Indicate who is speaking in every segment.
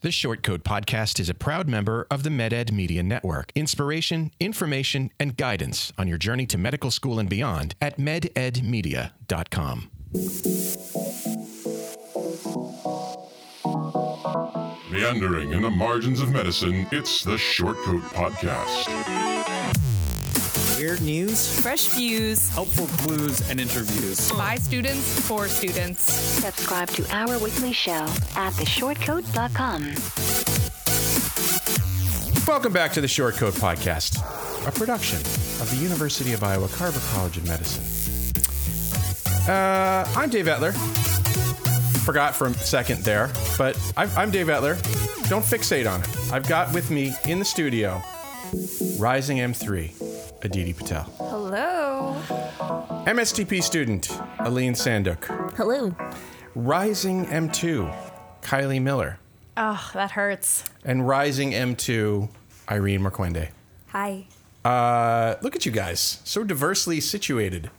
Speaker 1: The Shortcode Podcast is a proud member of the MedEd Media Network. Inspiration, information, and guidance on your journey to medical school and beyond at mededmedia.com.
Speaker 2: Meandering in the margins of medicine, it's the Shortcoat Podcast.
Speaker 3: Weird news?
Speaker 4: Fresh views
Speaker 5: helpful clues and interviews.
Speaker 4: by students for students.
Speaker 6: Subscribe to our weekly show at theshortcode.com.
Speaker 1: Welcome back to the Shortcode Podcast, a production of the University of Iowa Carver College of Medicine. Uh, I'm Dave Etler. Forgot for a second there, but I'm, I'm Dave Etler. Don't fixate on it. I've got with me in the studio Rising M3, Aditi Patel.
Speaker 4: Hello.
Speaker 1: MSTP student, Aline Sanduk.
Speaker 7: Hello.
Speaker 1: Rising M2, Kylie Miller.
Speaker 4: Oh, that hurts.
Speaker 1: And Rising M2, Irene Marquende.
Speaker 7: Hi.
Speaker 1: Uh, look at you guys, so diversely situated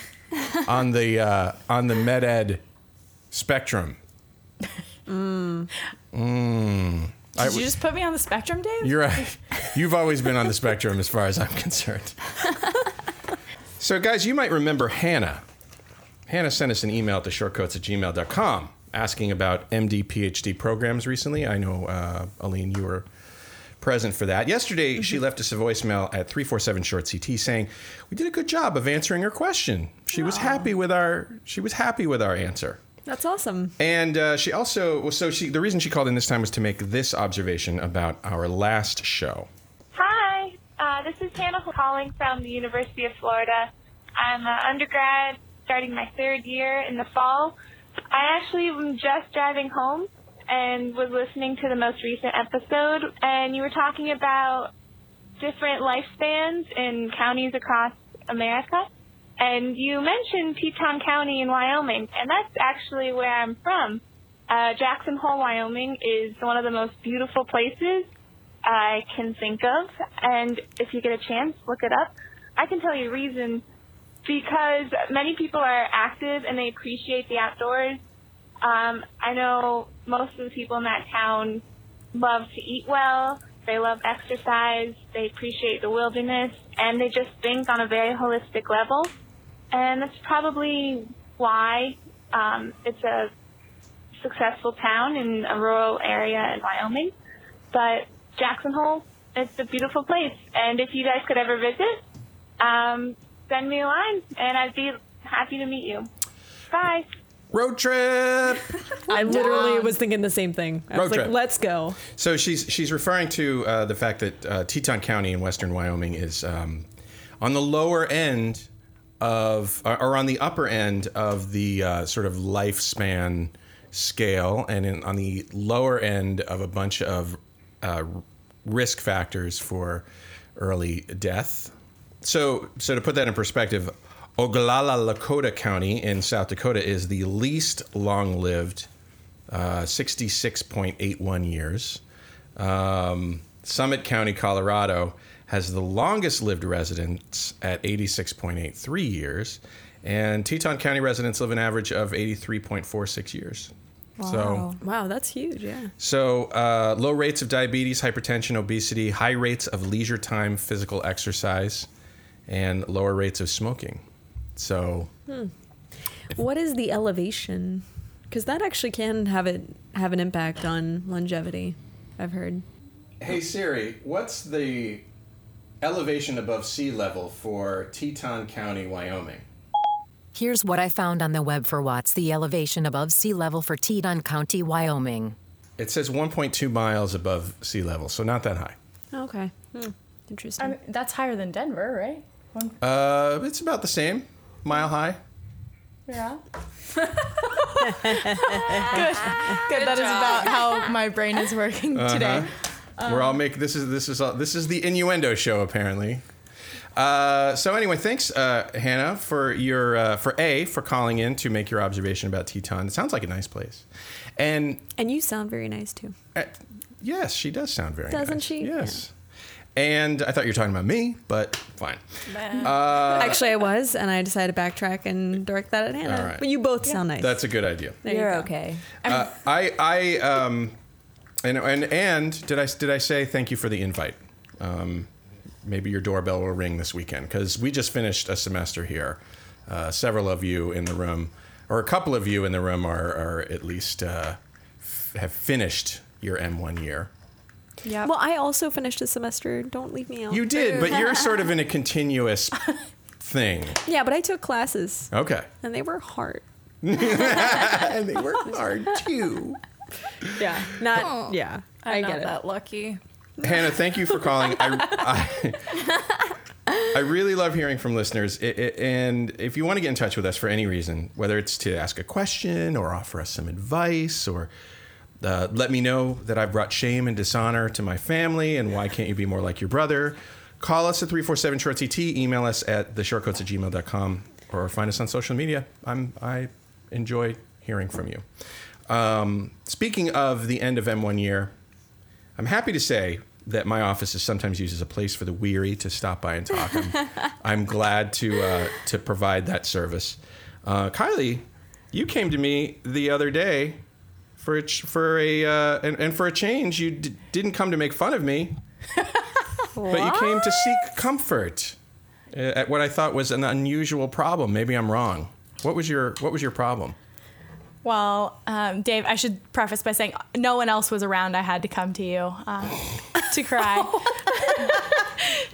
Speaker 1: on the uh, on the med ed spectrum.
Speaker 8: Did you just put me on the spectrum, Dave?
Speaker 1: You're right. You've always been on the spectrum as far as I'm concerned. so, guys, you might remember Hannah. Hannah sent us an email at theshortcoats at gmail.com asking about MD PhD programs recently. I know, uh, Aline, you were present for that. Yesterday, she left us a voicemail at 347 short CT saying, "We did a good job of answering her question. She was happy with our she was happy with our answer."
Speaker 8: That's awesome.
Speaker 1: And uh, she also, well, so she, the reason she called in this time was to make this observation about our last show.
Speaker 9: Hi, uh, this is Hannah calling from the University of Florida. I'm an undergrad starting my third year in the fall. I actually am just driving home and was listening to the most recent episode, and you were talking about different lifespans in counties across America. And you mentioned Teton County in Wyoming, and that's actually where I'm from. Uh, Jackson Hole, Wyoming is one of the most beautiful places I can think of. And if you get a chance, look it up. I can tell you a reason because many people are active and they appreciate the outdoors. Um, I know most of the people in that town love to eat well, they love exercise, they appreciate the wilderness, and they just think on a very holistic level. And that's probably why um, it's a successful town in a rural area in Wyoming. But Jackson Hole, it's a beautiful place. And if you guys could ever visit, um, send me a line and I'd be happy to meet you. Bye.
Speaker 1: Road trip.
Speaker 8: I literally was thinking the same thing. I
Speaker 1: Road
Speaker 8: was like,
Speaker 1: trip.
Speaker 8: let's go.
Speaker 1: so she's she's referring to uh, the fact that uh, Teton County in western Wyoming is um, on the lower end of, or- or on the upper end of the uh, sort of lifespan scale, and in, on the lower end of a bunch of uh, risk factors for early death. So, so to put that in perspective, Oglala Lakota County in South Dakota is the least long-lived, uh, 66.81 years. Um, Summit County, Colorado, has the longest-lived residents at 86.83 years, and Teton County residents live an average of 83.46 years. So,
Speaker 8: Wow, that's huge. Yeah.
Speaker 1: so uh, low rates of diabetes, hypertension, obesity, high rates of leisure time, physical exercise, and lower rates of smoking. So
Speaker 8: What is the elevation? Because that actually can have it have an impact on longevity. I've heard.
Speaker 1: Hey Siri, what's the elevation above sea level for Teton County, Wyoming?
Speaker 10: Here's what I found on the web for Watts the elevation above sea level for Teton County, Wyoming.
Speaker 1: It says 1.2 miles above sea level, so not that high.
Speaker 8: Okay. Hmm. Interesting.
Speaker 7: that's higher than Denver, right?
Speaker 1: Uh, it's about the same, mile high.
Speaker 7: Yeah. Good. Good. That is about how my brain is working today.
Speaker 1: Uh-huh. We're
Speaker 8: Um,
Speaker 1: all make this is this is all, this is the innuendo show apparently. Uh, so anyway, thanks uh, Hannah for your uh, for a for calling in to make your observation about Teton. It sounds like a nice place, and
Speaker 8: and you sound very nice too.
Speaker 1: Uh, yes, she does sound very
Speaker 8: Doesn't
Speaker 1: nice.
Speaker 8: she?
Speaker 1: Yes. And I thought you were talking about me, but fine. Uh,
Speaker 8: actually, I was, and I decided to backtrack and direct that at Hannah.
Speaker 1: All right.
Speaker 8: But you both sound nice.
Speaker 1: That's a good idea.
Speaker 8: There you
Speaker 7: You're
Speaker 8: go.
Speaker 7: okay.
Speaker 1: Uh, I I Uh, um And and and did I did I say thank you for the invite? Um, maybe your doorbell will ring this weekend because we just finished a semester here. Uh, several of you in the room, or a couple of you in the room, are are at least uh, f- have finished your M1 year.
Speaker 11: Yeah. Well, I also finished a semester. Don't leave
Speaker 8: Oh,
Speaker 11: me out.
Speaker 1: You did, but you're sort of in a continuous thing.
Speaker 11: yeah, but I took classes
Speaker 1: Okay.
Speaker 11: and they were hard.
Speaker 1: And they were hard too.
Speaker 11: Yeah. Not.
Speaker 8: Oh.
Speaker 11: Yeah.
Speaker 12: I'm
Speaker 11: I
Speaker 12: not
Speaker 11: get it.
Speaker 12: that lucky.
Speaker 1: Hannah, thank you for calling. I, I, I really love hearing from listeners. I- I- and if you want to get in touch with us for any reason, whether it's to ask a question or offer us some advice or uh, let me know that I've brought shame and dishonor to my family and why can't you be more like your brother, call us at 347 short CT, email us at theshortcoats at gmail.com, or find us on social media. I'm, I enjoy hearing from you. Um, speaking of the end of M1 year, I'm happy to say that my office is sometimes used as a place for the weary to stop by and talk. I'm, I'm glad to uh, to provide that service. Uh, Kylie, you came to me the other day for a ch- for a uh, and, and for a change. You d- didn't come to make fun of me, but you came to seek comfort uh, at what I thought was an unusual problem. Maybe I'm wrong. What was your What was your problem?
Speaker 9: Well, um, Dave, I should preface by saying no one else was around. I had to come to you uh, to cry.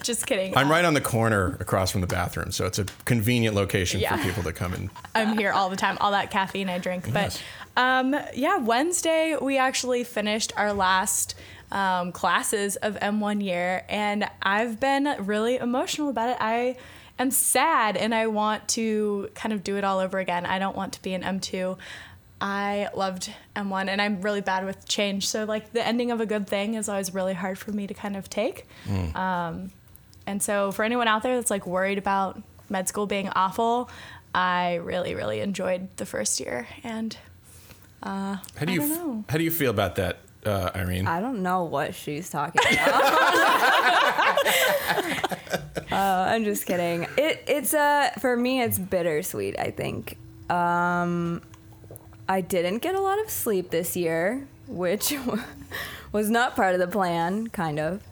Speaker 9: Just kidding.
Speaker 1: I'm right on the corner across from the bathroom, so it's a convenient location
Speaker 9: Yeah.
Speaker 1: for people to come and
Speaker 9: I'm here all the time, all that caffeine I drink.
Speaker 1: Yes.
Speaker 9: But um, yeah, Wednesday we actually finished our last um, classes of M1 year, and I've been really emotional about it. I am sad, and I want to kind of do it all over again. I don't want to be an M2. I loved M1, and I'm really bad with change. So like the ending of a good thing is always really hard for me to kind of take. And so, for anyone out there that's like worried about med school being awful, I really, really enjoyed the first year. And
Speaker 1: How do you
Speaker 9: don't
Speaker 1: f-
Speaker 9: know.
Speaker 1: how do you feel about that, uh, Irene?
Speaker 8: I don't know what she's talking about. uh, I'm just kidding. It it's uh for me it's bittersweet. I think. Um, I didn't get a lot of sleep this year, which was not part of the plan, kind of.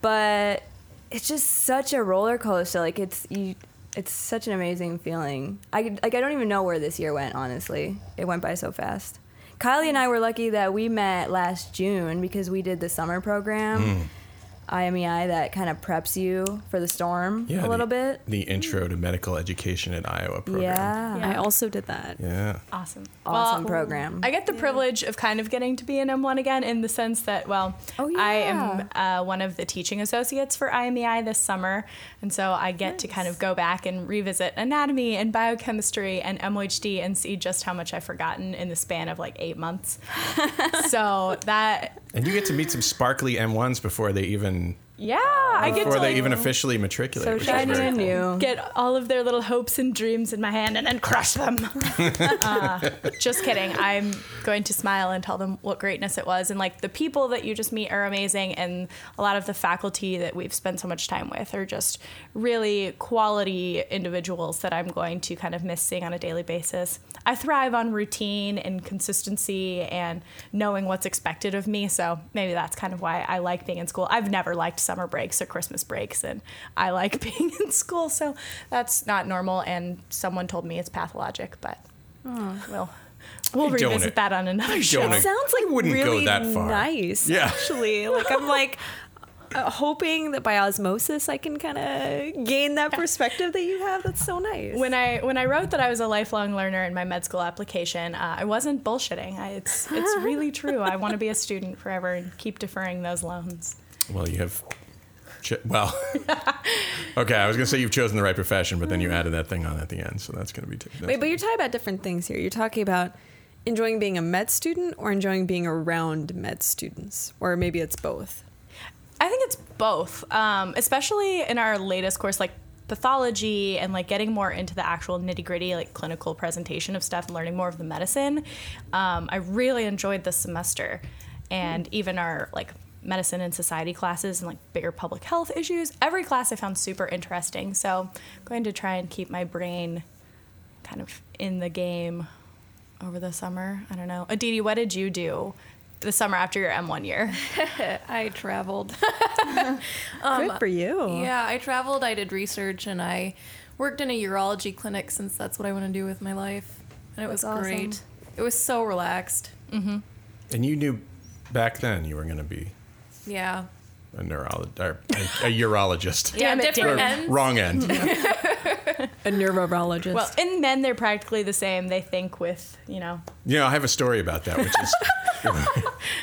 Speaker 8: But it's just such a roller coaster. Like it's you. It's such an amazing feeling. I like I don't even know where this year went. Honestly, it went by so fast. Kylie and I were lucky that we met last June because we did the summer program,
Speaker 1: Hmm.
Speaker 8: IMEI, that kind of preps you for the storm
Speaker 1: Yeah,
Speaker 8: a little
Speaker 1: the-
Speaker 8: bit.
Speaker 1: The intro to medical education in Iowa program.
Speaker 8: Yeah.
Speaker 11: I also did that.
Speaker 1: Yeah.
Speaker 9: awesome.
Speaker 8: Awesome program.
Speaker 9: I get the privilege of kind of getting to be an M1 again in the sense that, well,
Speaker 8: Oh,
Speaker 9: I am uh, one of the teaching associates for IMEI this summer. And so I get to kind of go back and revisit anatomy and biochemistry and MHD and see just how much I've forgotten in the span of like eight months. so that,
Speaker 1: And you get to meet some sparkly M1s before they even
Speaker 9: yeah, I get to
Speaker 1: before they
Speaker 9: like,
Speaker 1: even officially matriculate.
Speaker 8: so
Speaker 1: which is
Speaker 8: shiny
Speaker 1: very
Speaker 8: and
Speaker 1: cool.
Speaker 8: new.
Speaker 9: get all of their little hopes and dreams in my hand and then crush them. Uh, just kidding. I'm going to smile and tell them what greatness it was. And like the people that you just meet are amazing. And a lot of the faculty that we've spent so much time with are just really quality individuals that I'm going to kind of miss seeing on a daily basis. I thrive on routine and consistency and knowing what's expected of me. So maybe that's kind of why I like being in school. I've never liked summer breaks or Christmas breaks, and I like being in school. So that's not normal. And someone told me it's pathologic, but we'll we'll
Speaker 1: I don't
Speaker 9: revisit
Speaker 1: it.
Speaker 9: that on another show.
Speaker 1: don't it.
Speaker 11: Sounds like
Speaker 1: I wouldn't go
Speaker 11: really
Speaker 1: that far.
Speaker 11: nice.
Speaker 1: Yeah.
Speaker 11: Actually, like I'm like uh, hoping that by osmosis I can kind of gain that perspective that you have. That's so nice.
Speaker 9: When I when I wrote that I was a lifelong learner in my med school application, uh, I wasn't bullshitting. I, it's it's really true. I want to be a student forever and keep deferring those loans.
Speaker 1: Well, you have. Ch- well, okay. I was gonna say you've chosen the right profession, but then you added that thing on at the end, so that's gonna be. T- that's-
Speaker 11: Wait, but you're talking about different things here. You're talking about enjoying being a med student or enjoying being around med students, or maybe it's both.
Speaker 9: I think it's both, um, especially in our latest course, like pathology and like getting more into the actual nitty gritty, like clinical presentation of stuff, and learning more of the medicine. Um, I really enjoyed this semester, and even our like medicine and society classes and like bigger public health issues. Every class I found super interesting. So I'm going to try and keep my brain kind of in the game over the summer. I don't know. Aditi, what did you do the summer after your M1 year.
Speaker 4: I traveled.
Speaker 11: um, Good for you.
Speaker 4: Yeah, I traveled. I did research and I worked in a urology clinic since that's what I want to do with my life. And it
Speaker 9: That's
Speaker 4: was
Speaker 9: awesome.
Speaker 4: great. It was so relaxed. Mm-hmm.
Speaker 1: And you knew back then you were going to be
Speaker 4: Yeah.
Speaker 1: a neurologist, a, a urologist.
Speaker 9: Yeah, Damn it, different
Speaker 1: Or
Speaker 9: ends.
Speaker 1: Wrong end.
Speaker 11: A neurologist.
Speaker 9: Well, in men, they're practically the same. They think with, you know,
Speaker 1: You know, I have a story about that, which is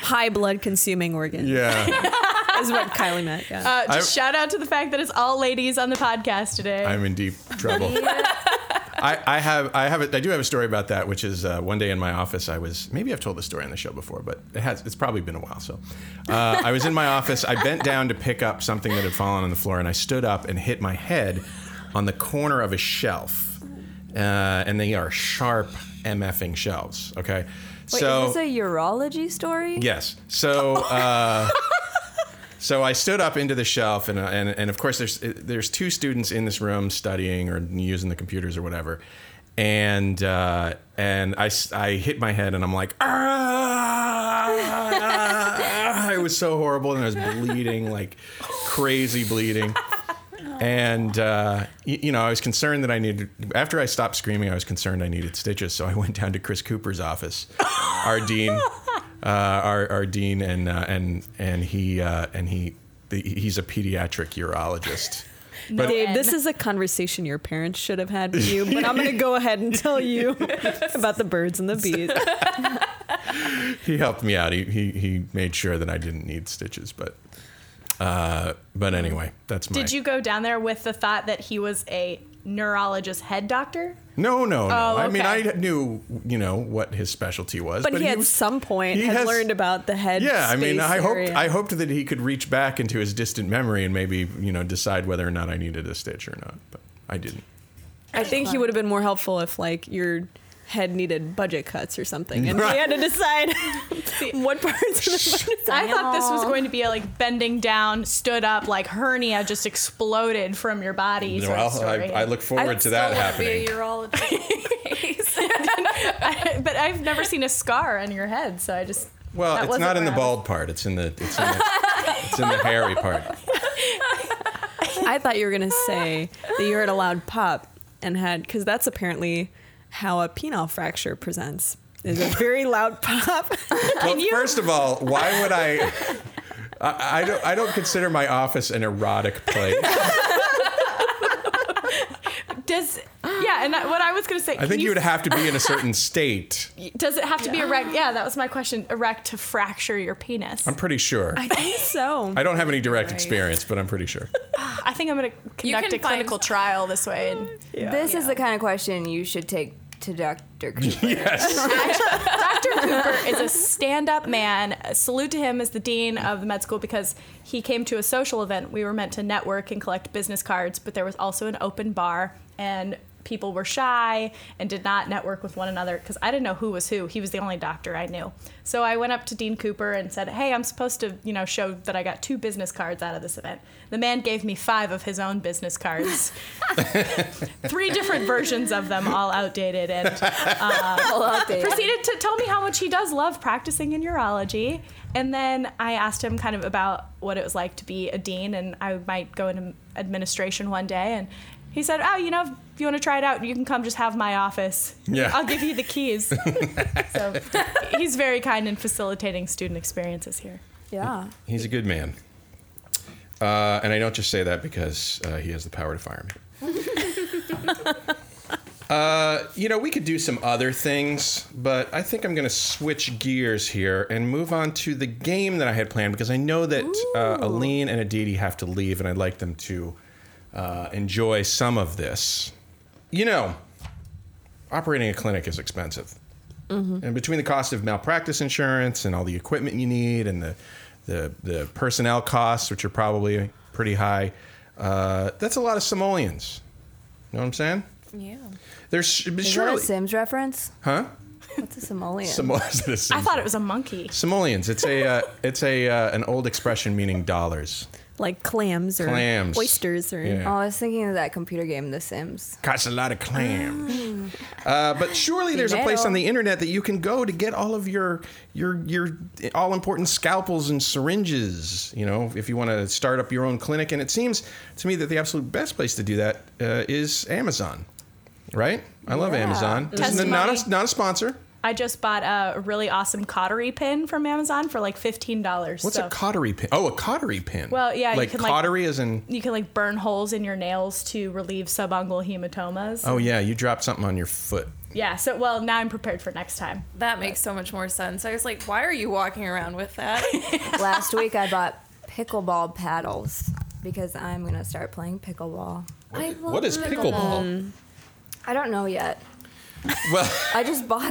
Speaker 11: High blood consuming organ.
Speaker 1: yeah.
Speaker 11: is what Kylie meant. Yeah.
Speaker 9: Uh, just
Speaker 1: I-
Speaker 9: shout out to the fact that it's all ladies on the podcast today.
Speaker 1: I'm in deep trouble. I, I have I have a, I do have a story about that, which is uh, one day in my office I was maybe I've told this story on the show before, but it has it's probably been a while. So uh, I was in my office. I bent down to pick up something that had fallen on the floor, and I stood up and hit my head on the corner of a shelf, uh, and they are sharp mfing shelves. Okay,
Speaker 8: Wait,
Speaker 1: so
Speaker 8: is this a urology story?
Speaker 1: Yes. So, uh, so I stood up into the shelf, and, uh, and and of course, there's there's two students in this room studying or using the computers or whatever, and uh, and I, s- I hit my head, and I'm like, ah! it was so horrible, and I was bleeding like crazy bleeding. And uh, you, you know, I was concerned that I needed. After I stopped screaming, I was concerned I needed stitches, so I went down to Chris Cooper's office, our dean, uh, our, our dean, and uh, and and he uh, and he the, he's a pediatric urologist. But
Speaker 11: Dave, this is a conversation your parents should have had with you, but I'm going to go ahead and tell you about the birds and the bees.
Speaker 1: he helped me out. He, he he made sure that I didn't need stitches, but uh, but anyway, that's my.
Speaker 9: Did you go down there with the thought that he was a neurologist head doctor?
Speaker 1: No, no, no.
Speaker 9: Oh,
Speaker 1: I mean, I
Speaker 9: okay.
Speaker 1: knew you know what his specialty was,
Speaker 11: But, he, at
Speaker 1: was-
Speaker 11: some point
Speaker 1: he
Speaker 11: had
Speaker 1: has-
Speaker 11: learned about the head.
Speaker 1: Yeah, I mean,
Speaker 11: space
Speaker 1: I hoped
Speaker 11: area.
Speaker 1: I hoped that he could reach back into his distant memory and maybe you know decide whether or not I needed a stitch or not, but I didn't.
Speaker 11: I think he would have been more helpful if like your head needed budget cuts or something, and he had to decide what parts of the budget.
Speaker 9: I thought this was
Speaker 11: Wow.
Speaker 9: going to be a, like bending down, stood up, like hernia just exploded from your body. sort of
Speaker 1: Well, I-
Speaker 9: story.
Speaker 1: I look forward I'd to that still love to be a
Speaker 9: I- but I've never seen a scar on your head, so I just
Speaker 1: Well,
Speaker 9: that
Speaker 1: it's
Speaker 9: wasn't
Speaker 1: not in the
Speaker 9: where I was-
Speaker 1: bald part. It's in the it's in the, it's in the hairy part.
Speaker 11: I thought you were gonna say that you heard a loud pop and had because that's apparently how a penile fracture presents. Is a very loud pop.
Speaker 1: Well, first of all, why would I? I, I don't I don't consider my office an erotic place.
Speaker 9: Does yeah, and that, what I was going to say.
Speaker 1: I think you would have to be in a certain state.
Speaker 9: Does it have to be erect? Yeah, that was my question. Erect to fracture your penis.
Speaker 1: I'm pretty sure. I,
Speaker 11: think so.
Speaker 1: don't have any direct
Speaker 9: Right.
Speaker 1: experience, but I'm pretty sure.
Speaker 9: I think I'm going to conduct
Speaker 4: can
Speaker 9: a clinical trial this way. And
Speaker 8: This is the kind of question you should take to Dr. Cooper.
Speaker 9: Dr. Cooper is a stand-up man. A salute to him as the dean of the med school because he came to a social event. We were meant to network and collect business cards, but there was also an open bar and people were shy and did not network with one another because I didn't know who was who. He was the only doctor I knew. So I went up to Dean Cooper and said, "Hey, I'm supposed to, you know, show that I got two business cards out of this event." The man gave me 5 of his own business cards. Three different versions of them, all outdated and uh,
Speaker 8: All outdated.
Speaker 9: proceeded to tell me how much he does love practicing in urology. And then I asked him kind of about what it was like to be a dean, and I might go into administration one day. And he said, "Oh, you know, if you want to try it out, you can come just have my office.
Speaker 1: Yeah.
Speaker 9: I'll give you the keys." so he's very kind in facilitating student experiences here.
Speaker 8: Yeah.
Speaker 1: He's a good man. Uh, and I don't just say that because uh, he has the power to fire me. Uh, you know, we could do some other things, but I think I'm going to switch gears here and move on to the game that I had planned because I know that uh, Aline and Aditi have to leave, and I'd like them to uh, enjoy some of this. You know, operating a clinic is expensive. And between the cost of malpractice insurance and all the equipment you need and the the, the personnel costs, which are probably pretty high, uh, that's a lot of simoleons. You know what I'm saying?
Speaker 4: Yeah.
Speaker 1: There's sh-
Speaker 8: Is that
Speaker 1: surely,
Speaker 8: a Sims reference?
Speaker 1: huh?
Speaker 8: What's a simoleon?
Speaker 1: Simoleons.
Speaker 9: I thought it was a monkey.
Speaker 1: Simoleans. It's a uh, it's a uh, an old expression meaning dollars.
Speaker 8: like clams
Speaker 1: or Clams.
Speaker 8: oysters
Speaker 1: or- Yeah.
Speaker 8: Oh, I was thinking of that computer game, The Sims.
Speaker 1: Costs a lot of clams.
Speaker 9: Ah.
Speaker 1: Uh, but surely there's a place
Speaker 8: Dinero.
Speaker 1: on the internet that you can go to get all of your your your all important scalpels and syringes. You know, if you want to start up your own clinic, and it seems to me that the absolute best place to do that uh, is Amazon, right? I love
Speaker 9: Yeah.
Speaker 1: Amazon. This is not a,
Speaker 9: Testimony.
Speaker 1: not a sponsor.
Speaker 9: I just bought a really awesome cautery pin from Amazon for like fifteen dollars.
Speaker 1: What's a cautery pin? Oh, a cautery pin.
Speaker 9: Well, yeah, you
Speaker 1: like
Speaker 9: can, like-
Speaker 1: cautery is in.
Speaker 9: you can like burn holes in your nails to relieve subungual hematomas.
Speaker 1: Oh yeah, you dropped something on your foot.
Speaker 9: Yeah. So well, now I'm prepared for next time.
Speaker 4: That makes so much more sense. I was like, why are you walking around with that?
Speaker 8: Last week I bought pickleball paddles because I'm gonna start playing pickleball. I love
Speaker 1: what is pickleball?
Speaker 8: I don't know yet.
Speaker 1: Well,
Speaker 8: I just bought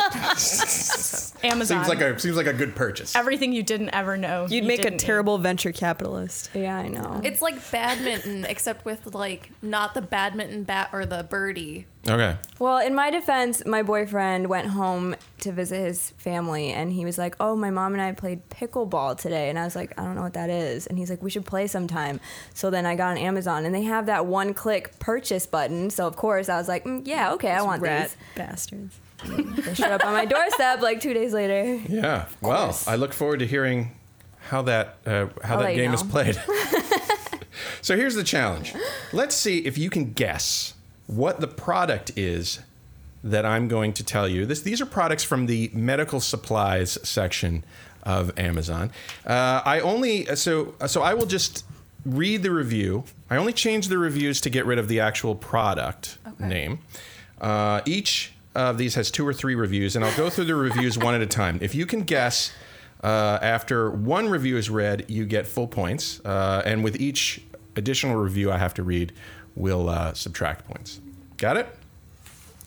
Speaker 9: Amazon.
Speaker 1: seems like a seems like a good purchase.
Speaker 9: everything you didn't ever know.
Speaker 11: You'd
Speaker 9: you
Speaker 11: make a
Speaker 9: didn't
Speaker 11: terrible venture capitalist.
Speaker 8: Yeah, I know.
Speaker 4: It's like badminton, except with like not the badminton bat or the birdie.
Speaker 1: Okay.
Speaker 8: Well, in my defense, my boyfriend went home to visit his family and he was like, Oh, my mom and I played pickleball today. And I was like, I don't know what that is. And he's like, We should play sometime. So then I got on Amazon and they have that one click purchase button. So of course I was like, mm, Yeah, okay, I want
Speaker 11: rat
Speaker 8: these.
Speaker 11: bastards.
Speaker 8: They showed up on my doorstep like two days later.
Speaker 1: Yeah. Well, I look forward to hearing how that uh, how that
Speaker 8: I'll let you
Speaker 1: game is
Speaker 8: know.
Speaker 1: played. so here's the challenge. Let's see if you can guess what the product is that I'm going to tell you. This these are products from the medical supplies section of Amazon. Uh, I only so uh, so I will just read the review. I only change the reviews to get rid of the actual product name. Uh, each of these has two or three reviews, and I'll go through the reviews one at a time. If you can guess uh, after one review is read, you get full points, uh, and with each additional review I have to read, we'll uh, subtract points. Got it?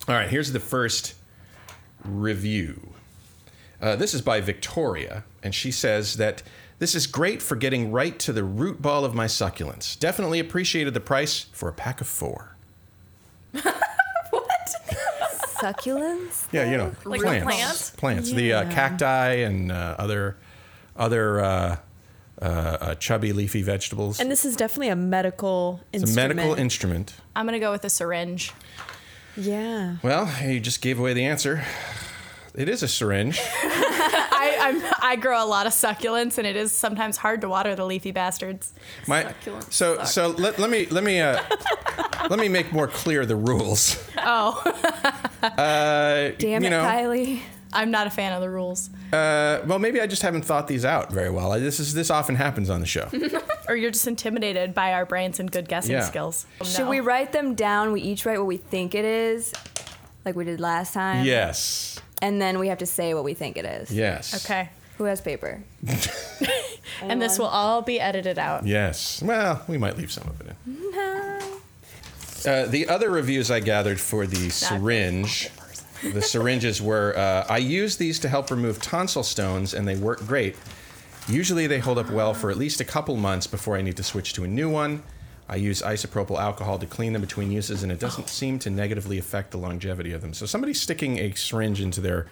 Speaker 1: All right, here's the first review. Uh, this is by Victoria, and she says that this is great for getting right to the root ball of my succulents. Definitely appreciated the price for a pack of four.
Speaker 8: Succulents?
Speaker 1: Yeah, you know,
Speaker 8: Like
Speaker 1: plants,
Speaker 8: a plant?
Speaker 1: plants, the uh,
Speaker 8: Yeah.
Speaker 1: cacti and uh, other other uh, uh, uh, chubby leafy vegetables.
Speaker 11: And this is definitely a medical
Speaker 1: it's a
Speaker 11: instrument.
Speaker 1: medical instrument.
Speaker 9: I'm gonna go with a syringe.
Speaker 11: yeah.
Speaker 1: Well, you just gave away the answer. It is a syringe.
Speaker 9: I, I'm, I grow a lot of succulents, and it is sometimes hard to water the leafy bastards.
Speaker 1: My, so so let, let me let me uh, let me make more clear the rules.
Speaker 9: Oh,
Speaker 1: Uh, you know,
Speaker 9: Kylie! I'm not a fan of the rules,
Speaker 1: Uh, well, maybe I just haven't thought these out very well. I, this is this often happens on the show.
Speaker 9: or you're just intimidated by our brains and good guessing
Speaker 1: Yeah.
Speaker 9: skills.
Speaker 8: Should we write them down? We each write what we think it is, like we did last time.
Speaker 1: yes.
Speaker 8: And then we have to say what we think it is.
Speaker 1: Yes.
Speaker 9: Okay.
Speaker 8: Who has paper?
Speaker 9: And this will all be edited out.
Speaker 1: Yes. Well, we might leave some of it in. Uh, the other reviews I gathered for the syringe, the syringes were uh, I use these to help remove tonsil stones and they work great. Usually they hold up well for at least a couple months before I need to switch to a new one. I use isopropyl alcohol to clean them between uses and it
Speaker 9: Oh.
Speaker 1: doesn't seem to negatively affect the longevity of them. So somebody's sticking a syringe into their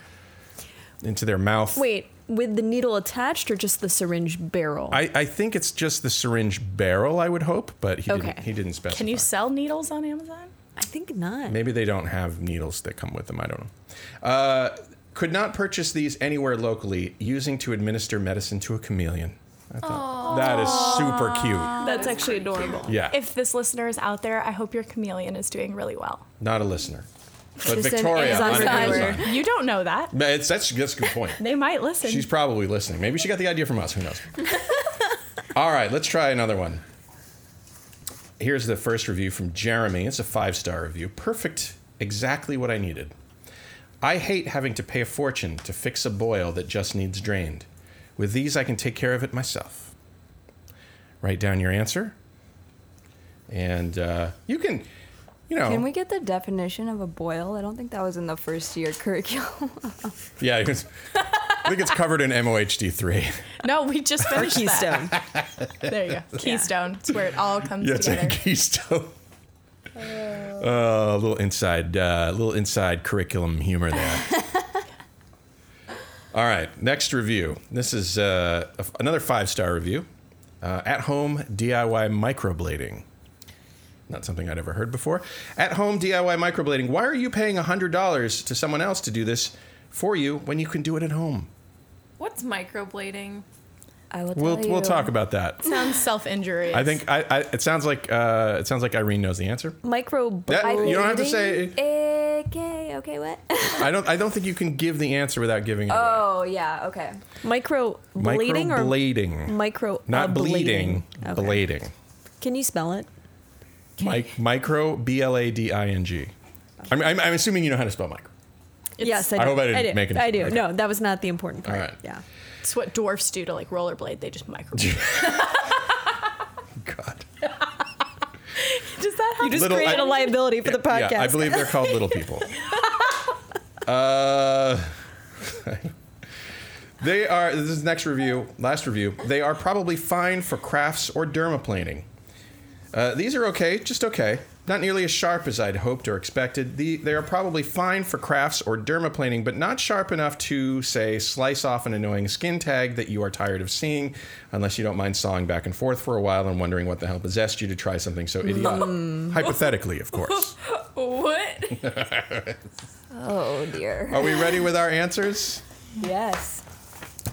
Speaker 1: into their mouth.
Speaker 11: Wait, with the needle attached or just the syringe barrel?
Speaker 1: I, I think it's just the syringe barrel, I would hope, but he
Speaker 9: Okay.
Speaker 1: didn't he didn't specify.
Speaker 9: Can you sell needles on Amazon?
Speaker 11: I think not.
Speaker 1: Maybe they don't have needles that come with them. I don't know. Uh, could not purchase these anywhere locally. Using to administer medicine to a chameleon. I thought that is super cute.
Speaker 9: That's actually adorable.
Speaker 1: Yeah.
Speaker 9: If this listener is out there, I hope your chameleon is doing really well.
Speaker 1: Not a listener, but
Speaker 9: Just an
Speaker 1: Victoria
Speaker 9: Amazon
Speaker 1: on
Speaker 9: seller.
Speaker 1: Amazon.
Speaker 9: You don't know that.
Speaker 1: But It's, that's that's a good point.
Speaker 9: They might listen.
Speaker 1: She's probably listening. Maybe she got the idea from us. Who knows? All right, let's try another one. Here's the first review from Jeremy. It's a five star review. Perfect, exactly what I needed. I hate having to pay a fortune to fix a boil that just needs drained. With these, I can take care of it myself. Write down your answer. And uh, you can, you know.
Speaker 8: Can we get the definition of a boil? I don't think that was in the first year curriculum.
Speaker 1: Yeah, you can- I think it's covered in MOHD3.
Speaker 9: No, we just
Speaker 1: Or
Speaker 9: finished
Speaker 1: Keystone.
Speaker 9: That. There you go. Keystone. It's where it all comes
Speaker 1: Yeah, it's a
Speaker 9: together.
Speaker 1: keystone. Uh, a little inside, uh, little inside curriculum humor there. All right, next review. This is uh, a- another five star review. Uh, At home DIY microblading. Not something I'd ever heard before. At home DIY microblading. Why are you paying $100 to someone else to do this for you when you can do it at home?
Speaker 4: What's microblading?
Speaker 8: I will
Speaker 1: We'll, we'll talk about that.
Speaker 9: Sounds self injury.
Speaker 1: I think I, I, it sounds like uh, it sounds like Irene knows the answer.
Speaker 8: Micro.
Speaker 1: That- you don't have to say-
Speaker 8: Okay. Okay. What?
Speaker 1: I don't I don't think you can give the answer without giving it. away.
Speaker 8: oh yeah. Okay.
Speaker 11: Micro bleeding or
Speaker 1: Microblading.
Speaker 11: micro
Speaker 1: Not
Speaker 11: uh,
Speaker 1: bleeding, blading.
Speaker 11: Can you spell it?
Speaker 1: Mi- micro B L A D I N G. I'm, I'm, I'm assuming you know how to spell micro.
Speaker 11: yes, I,
Speaker 1: I
Speaker 11: do.
Speaker 1: hope I didn't
Speaker 11: do.
Speaker 1: make it-
Speaker 11: I do.
Speaker 1: okay.
Speaker 11: No, that was not the important part.
Speaker 1: All right.
Speaker 11: Yeah.
Speaker 9: It's what dwarfs do to like rollerblade. They just microblade.
Speaker 1: God.
Speaker 11: Does that help? You just
Speaker 1: Little-
Speaker 11: created
Speaker 1: I-
Speaker 11: a liability for the podcast.
Speaker 1: Yeah, I believe they're called little people. uh, they are. This is next review. Last review. They are probably fine for crafts or dermaplaning. Uh, these are okay, just okay. Not nearly as sharp as I'd hoped or expected. The, they are probably fine for crafts or dermaplaning, but not sharp enough to, say, slice off an annoying skin tag that you are tired of seeing, unless you don't mind sawing back and forth for a while and wondering what the hell possessed you to try something so idiotic.
Speaker 4: Mm.
Speaker 1: Hypothetically, of course.
Speaker 4: what?
Speaker 8: Oh dear.
Speaker 1: Are we ready with our answers?
Speaker 8: Yes.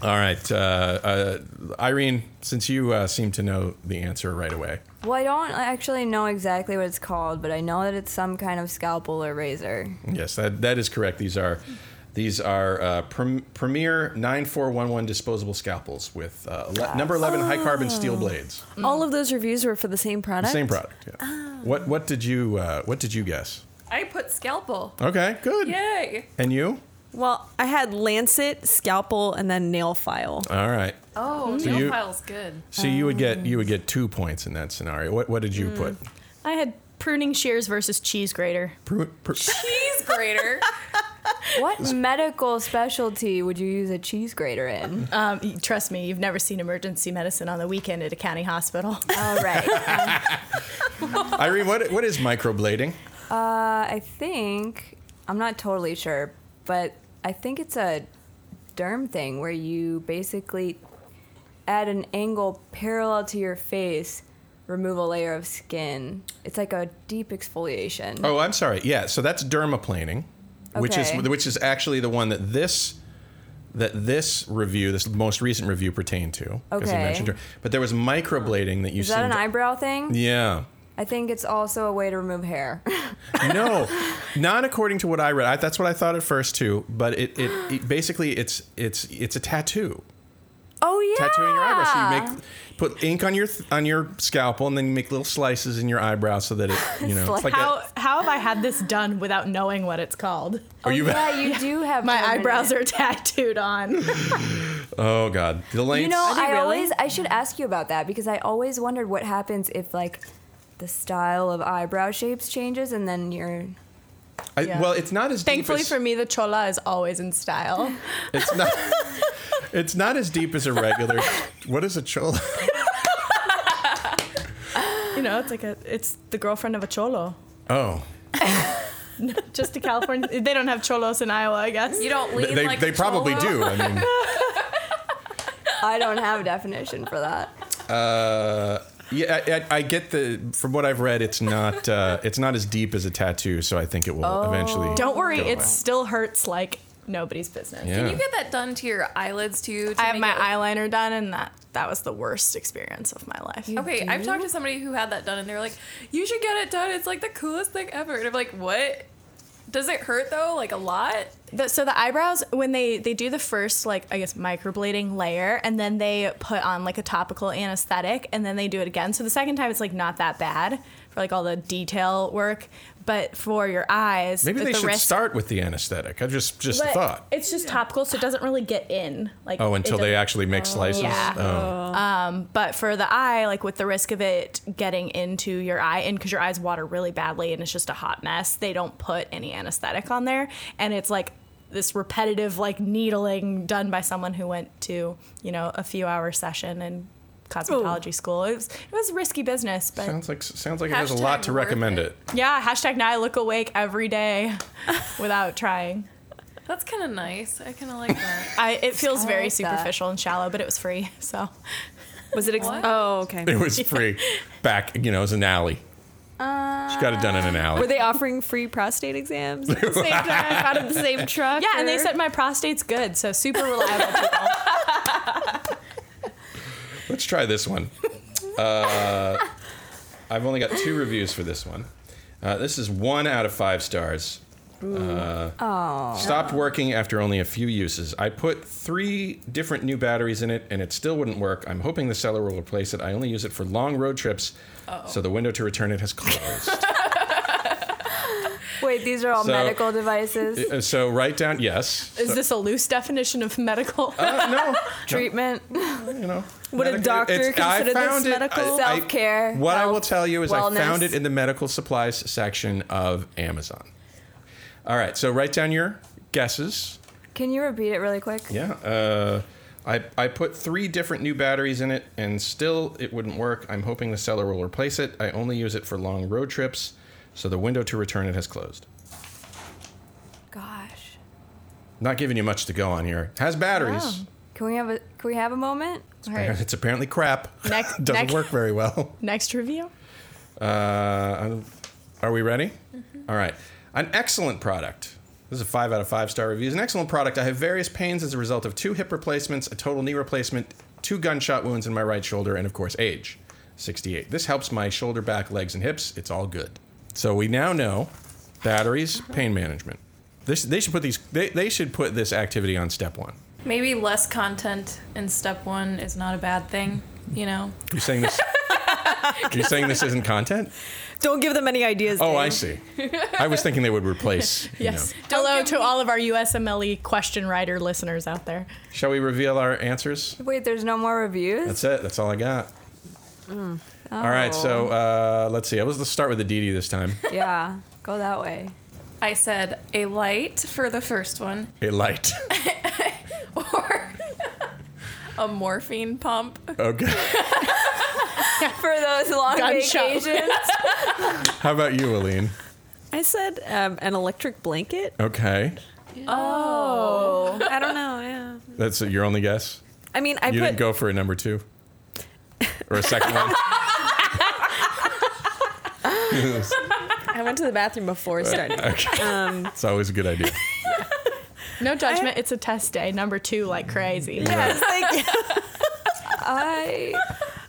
Speaker 1: All right, uh, uh, Irene. Since you uh, seem to know the answer right away,
Speaker 8: Well, I don't actually know exactly what it's called, but I know that it's some kind of scalpel or razor.
Speaker 1: yes, that that is correct. These are these are uh, Prem- Premier nine four one one disposable scalpels with uh, ele- number eleven high carbon steel blades.
Speaker 11: All of those reviews were for the same
Speaker 1: The
Speaker 11: product.
Speaker 1: Same product. Yeah. What what did you uh, what did you guess?
Speaker 4: I put scalpel.
Speaker 1: Okay, good.
Speaker 4: Yay.
Speaker 1: And you?
Speaker 11: Well, I had lancet, scalpel, and then nail file.
Speaker 1: All right.
Speaker 4: Oh,
Speaker 1: So
Speaker 4: nail
Speaker 1: you-
Speaker 4: file's good.
Speaker 1: So you would get you would get two points in that scenario. What what did you
Speaker 9: Mm.
Speaker 1: put?
Speaker 9: I had pruning shears versus cheese grater.
Speaker 1: Pru- pru-
Speaker 4: Cheese grater.
Speaker 8: what medical specialty would you use a cheese grater in?
Speaker 9: Um, y- trust me, you've never seen emergency medicine on the weekend at a county hospital.
Speaker 8: All right.
Speaker 1: Irene, what what is microblading?
Speaker 8: Uh, I think I'm not totally sure, but I think it's a derm thing where you basically at an angle parallel to your face remove a layer of skin. It's like a deep exfoliation.
Speaker 1: Oh, I'm sorry. Yeah, so that's dermaplaning, which is
Speaker 8: Okay.
Speaker 1: which is actually the one that this that this review, this most recent review, pertained to. 'cause it
Speaker 8: Okay.
Speaker 1: mentioned derm- But there was microblading that you
Speaker 8: Is that
Speaker 1: seemed
Speaker 8: an
Speaker 1: to-
Speaker 8: eyebrow thing?
Speaker 1: Yeah.
Speaker 8: I think it's also a way to remove hair.
Speaker 1: No, not according to what I read. I, that's what I thought at first too. But it, it, it basically it's it's it's a tattoo.
Speaker 8: oh yeah.
Speaker 1: Tattooing your eyebrow, so you make put ink on your th- on your scalpel, and then you make little slices in your eyebrow so that it you know it's like a-
Speaker 9: how how have I had this done without knowing what it's called?
Speaker 1: Oh, you've- yeah,
Speaker 8: you do have
Speaker 9: my
Speaker 8: permanent-
Speaker 9: eyebrows are tattooed on.
Speaker 1: oh god the length.
Speaker 8: You know, I always I should ask you about that because I always wondered what happens if like the style of eyebrow shapes changes and then you're
Speaker 1: I- well, it's not as deep
Speaker 9: Thankfully
Speaker 1: as-
Speaker 9: for me, the chola is always in style.
Speaker 1: It's not. it's not as deep as a regular. What is a chola?
Speaker 9: You know, it's like a it's the girlfriend of a cholo.
Speaker 1: Oh,
Speaker 9: Just a California. they don't have cholos in Iowa, I guess.
Speaker 4: You don't
Speaker 1: they they probably do. I mean,
Speaker 8: I don't have a definition for that.
Speaker 1: uh, yeah, I- I, I get the. From what I've read, it's not. Uh, it's not as deep as a tattoo, so I think it will eventually.
Speaker 9: Don't worry,
Speaker 1: go
Speaker 9: it
Speaker 1: away.
Speaker 9: still hurts like nobody's business.
Speaker 1: Yeah.
Speaker 4: Can you get that done to your eyelids too? to
Speaker 9: I have
Speaker 4: make
Speaker 9: my
Speaker 4: it-
Speaker 9: eyeliner done, and that that was the worst experience of my life.
Speaker 4: Okay, I've talked to somebody who had that done, and they were like, "You should get it done. It's like the coolest thing ever." And I'm like, "What? Does it hurt though? Like a lot?"
Speaker 9: The, so the eyebrows, when they they do the first like I guess microblading layer, and then they put on like a topical anesthetic, and then they do it again. So the second time it's like not that bad for like all the detail work, but for your eyes,
Speaker 1: Maybe
Speaker 9: with
Speaker 1: they
Speaker 9: the
Speaker 1: should
Speaker 9: risk-
Speaker 1: start with the anesthetic. I just just
Speaker 9: But
Speaker 1: thought.
Speaker 9: It's just topical, so it doesn't really get in. Like
Speaker 1: Oh,
Speaker 9: it
Speaker 1: until they
Speaker 9: doesn't-
Speaker 1: actually make slices.
Speaker 9: Yeah.
Speaker 1: Oh.
Speaker 9: Um, but for the eye, like with the risk of it getting into your eye, and because your eyes water really badly and it's just a hot mess, they don't put any anesthetic on there. And it's like this repetitive, like needling done by someone who went to, you know, a few hour session in cosmetology school. It was, it was risky business, but
Speaker 1: Sounds like sounds like there's a lot
Speaker 9: Hashtag
Speaker 1: to
Speaker 9: worth
Speaker 1: recommend it.
Speaker 9: yeah, hashtag now I look awake every day without trying.
Speaker 4: That's kind of nice. I kind of like that.
Speaker 9: I it feels
Speaker 4: I
Speaker 9: very
Speaker 4: like that.
Speaker 9: superficial and shallow, but it was free. So
Speaker 11: was it? Ex-
Speaker 4: What?
Speaker 11: oh, okay.
Speaker 1: It was free. Back, you know, it was an alley.
Speaker 11: Uh,
Speaker 1: She got it done in an alley.
Speaker 11: Were they offering free prostate exams at the same time out of the same truck?
Speaker 9: Yeah, and they
Speaker 11: or-
Speaker 9: said my prostate's good, so super reliable.
Speaker 1: Let's try this one. Uh, I've only got two reviews for this one. Uh, this is one out of five stars. Uh,
Speaker 8: Oh.
Speaker 1: Stopped working after only a few uses. I put three different new batteries in it and it still wouldn't work. I'm hoping the seller will replace it. I only use it for long road trips, so the window to return it has closed.
Speaker 8: Wait, these are all
Speaker 1: So-
Speaker 8: medical devices.
Speaker 1: Uh, so write down yes. Uh,
Speaker 9: Is this a loose definition of medical?
Speaker 1: no.
Speaker 8: Treatment.
Speaker 1: You know.
Speaker 8: Would
Speaker 1: Medical- doctor it's- I consider this found it- medical? I- I-
Speaker 8: Self care.
Speaker 1: What I will tell you is I found
Speaker 8: wellness.
Speaker 1: it in the medical supplies section of Amazon. All right, so write down your guesses.
Speaker 8: Can you repeat it really quick?
Speaker 1: Yeah. Uh, I, I put three different new batteries in it and still it wouldn't work. I'm hoping the seller will replace it. I only use it for long road trips, so the window to return it has closed.
Speaker 8: Gosh.
Speaker 1: Not giving you much to go on here. Has batteries.
Speaker 8: Wow. Can we have a Can we have a moment?
Speaker 1: It's apparently crap.
Speaker 8: Next-
Speaker 1: Doesn't
Speaker 8: next-
Speaker 1: work very well.
Speaker 9: Next review.
Speaker 1: Uh, I'm- are we ready? Mm-hmm. All right. An excellent product. This is a five out of five star review. It's an excellent product. I have various pains as a result of two hip replacements, a total knee replacement, two gunshot wounds in my right shoulder, and of course, age 68. This helps my shoulder, back, legs, and hips. It's all good. So we now know batteries, pain management. This, they should put these. They, they should put this activity on step one.
Speaker 4: Maybe less content in step one is not a bad thing, you know?
Speaker 1: You're saying this. you're saying this isn't content.
Speaker 11: Don't give them any ideas.
Speaker 1: Oh, I see. I was thinking they would replace. You know.
Speaker 9: Yes. Hello to all of our USMLE E question writer listeners out there.
Speaker 1: Shall we reveal our answers?
Speaker 8: Wait, there's no more reviews.
Speaker 1: That's it. That's all I got.
Speaker 11: Mm.
Speaker 1: All right.
Speaker 11: Oh.
Speaker 1: So uh, let's see. I was let's start with the DD this time.
Speaker 8: yeah, go that way.
Speaker 4: I said a light for the first one,
Speaker 1: A light.
Speaker 4: a morphine pump
Speaker 1: Okay.
Speaker 8: for those long
Speaker 11: Gunshot.
Speaker 8: vacations.
Speaker 1: How about you, Aline?
Speaker 11: I said um, an electric blanket.
Speaker 1: Okay.
Speaker 11: Oh, I don't know. Yeah.
Speaker 1: That's your only guess.
Speaker 11: I mean, I
Speaker 1: you
Speaker 11: put
Speaker 1: didn't go for a number two or a second one.
Speaker 11: I went to the bathroom before starting.
Speaker 1: Okay.
Speaker 11: Um,
Speaker 1: it's always a good idea.
Speaker 9: No judgment. it's a test day. Number two, like crazy.
Speaker 1: Yeah, it's
Speaker 11: I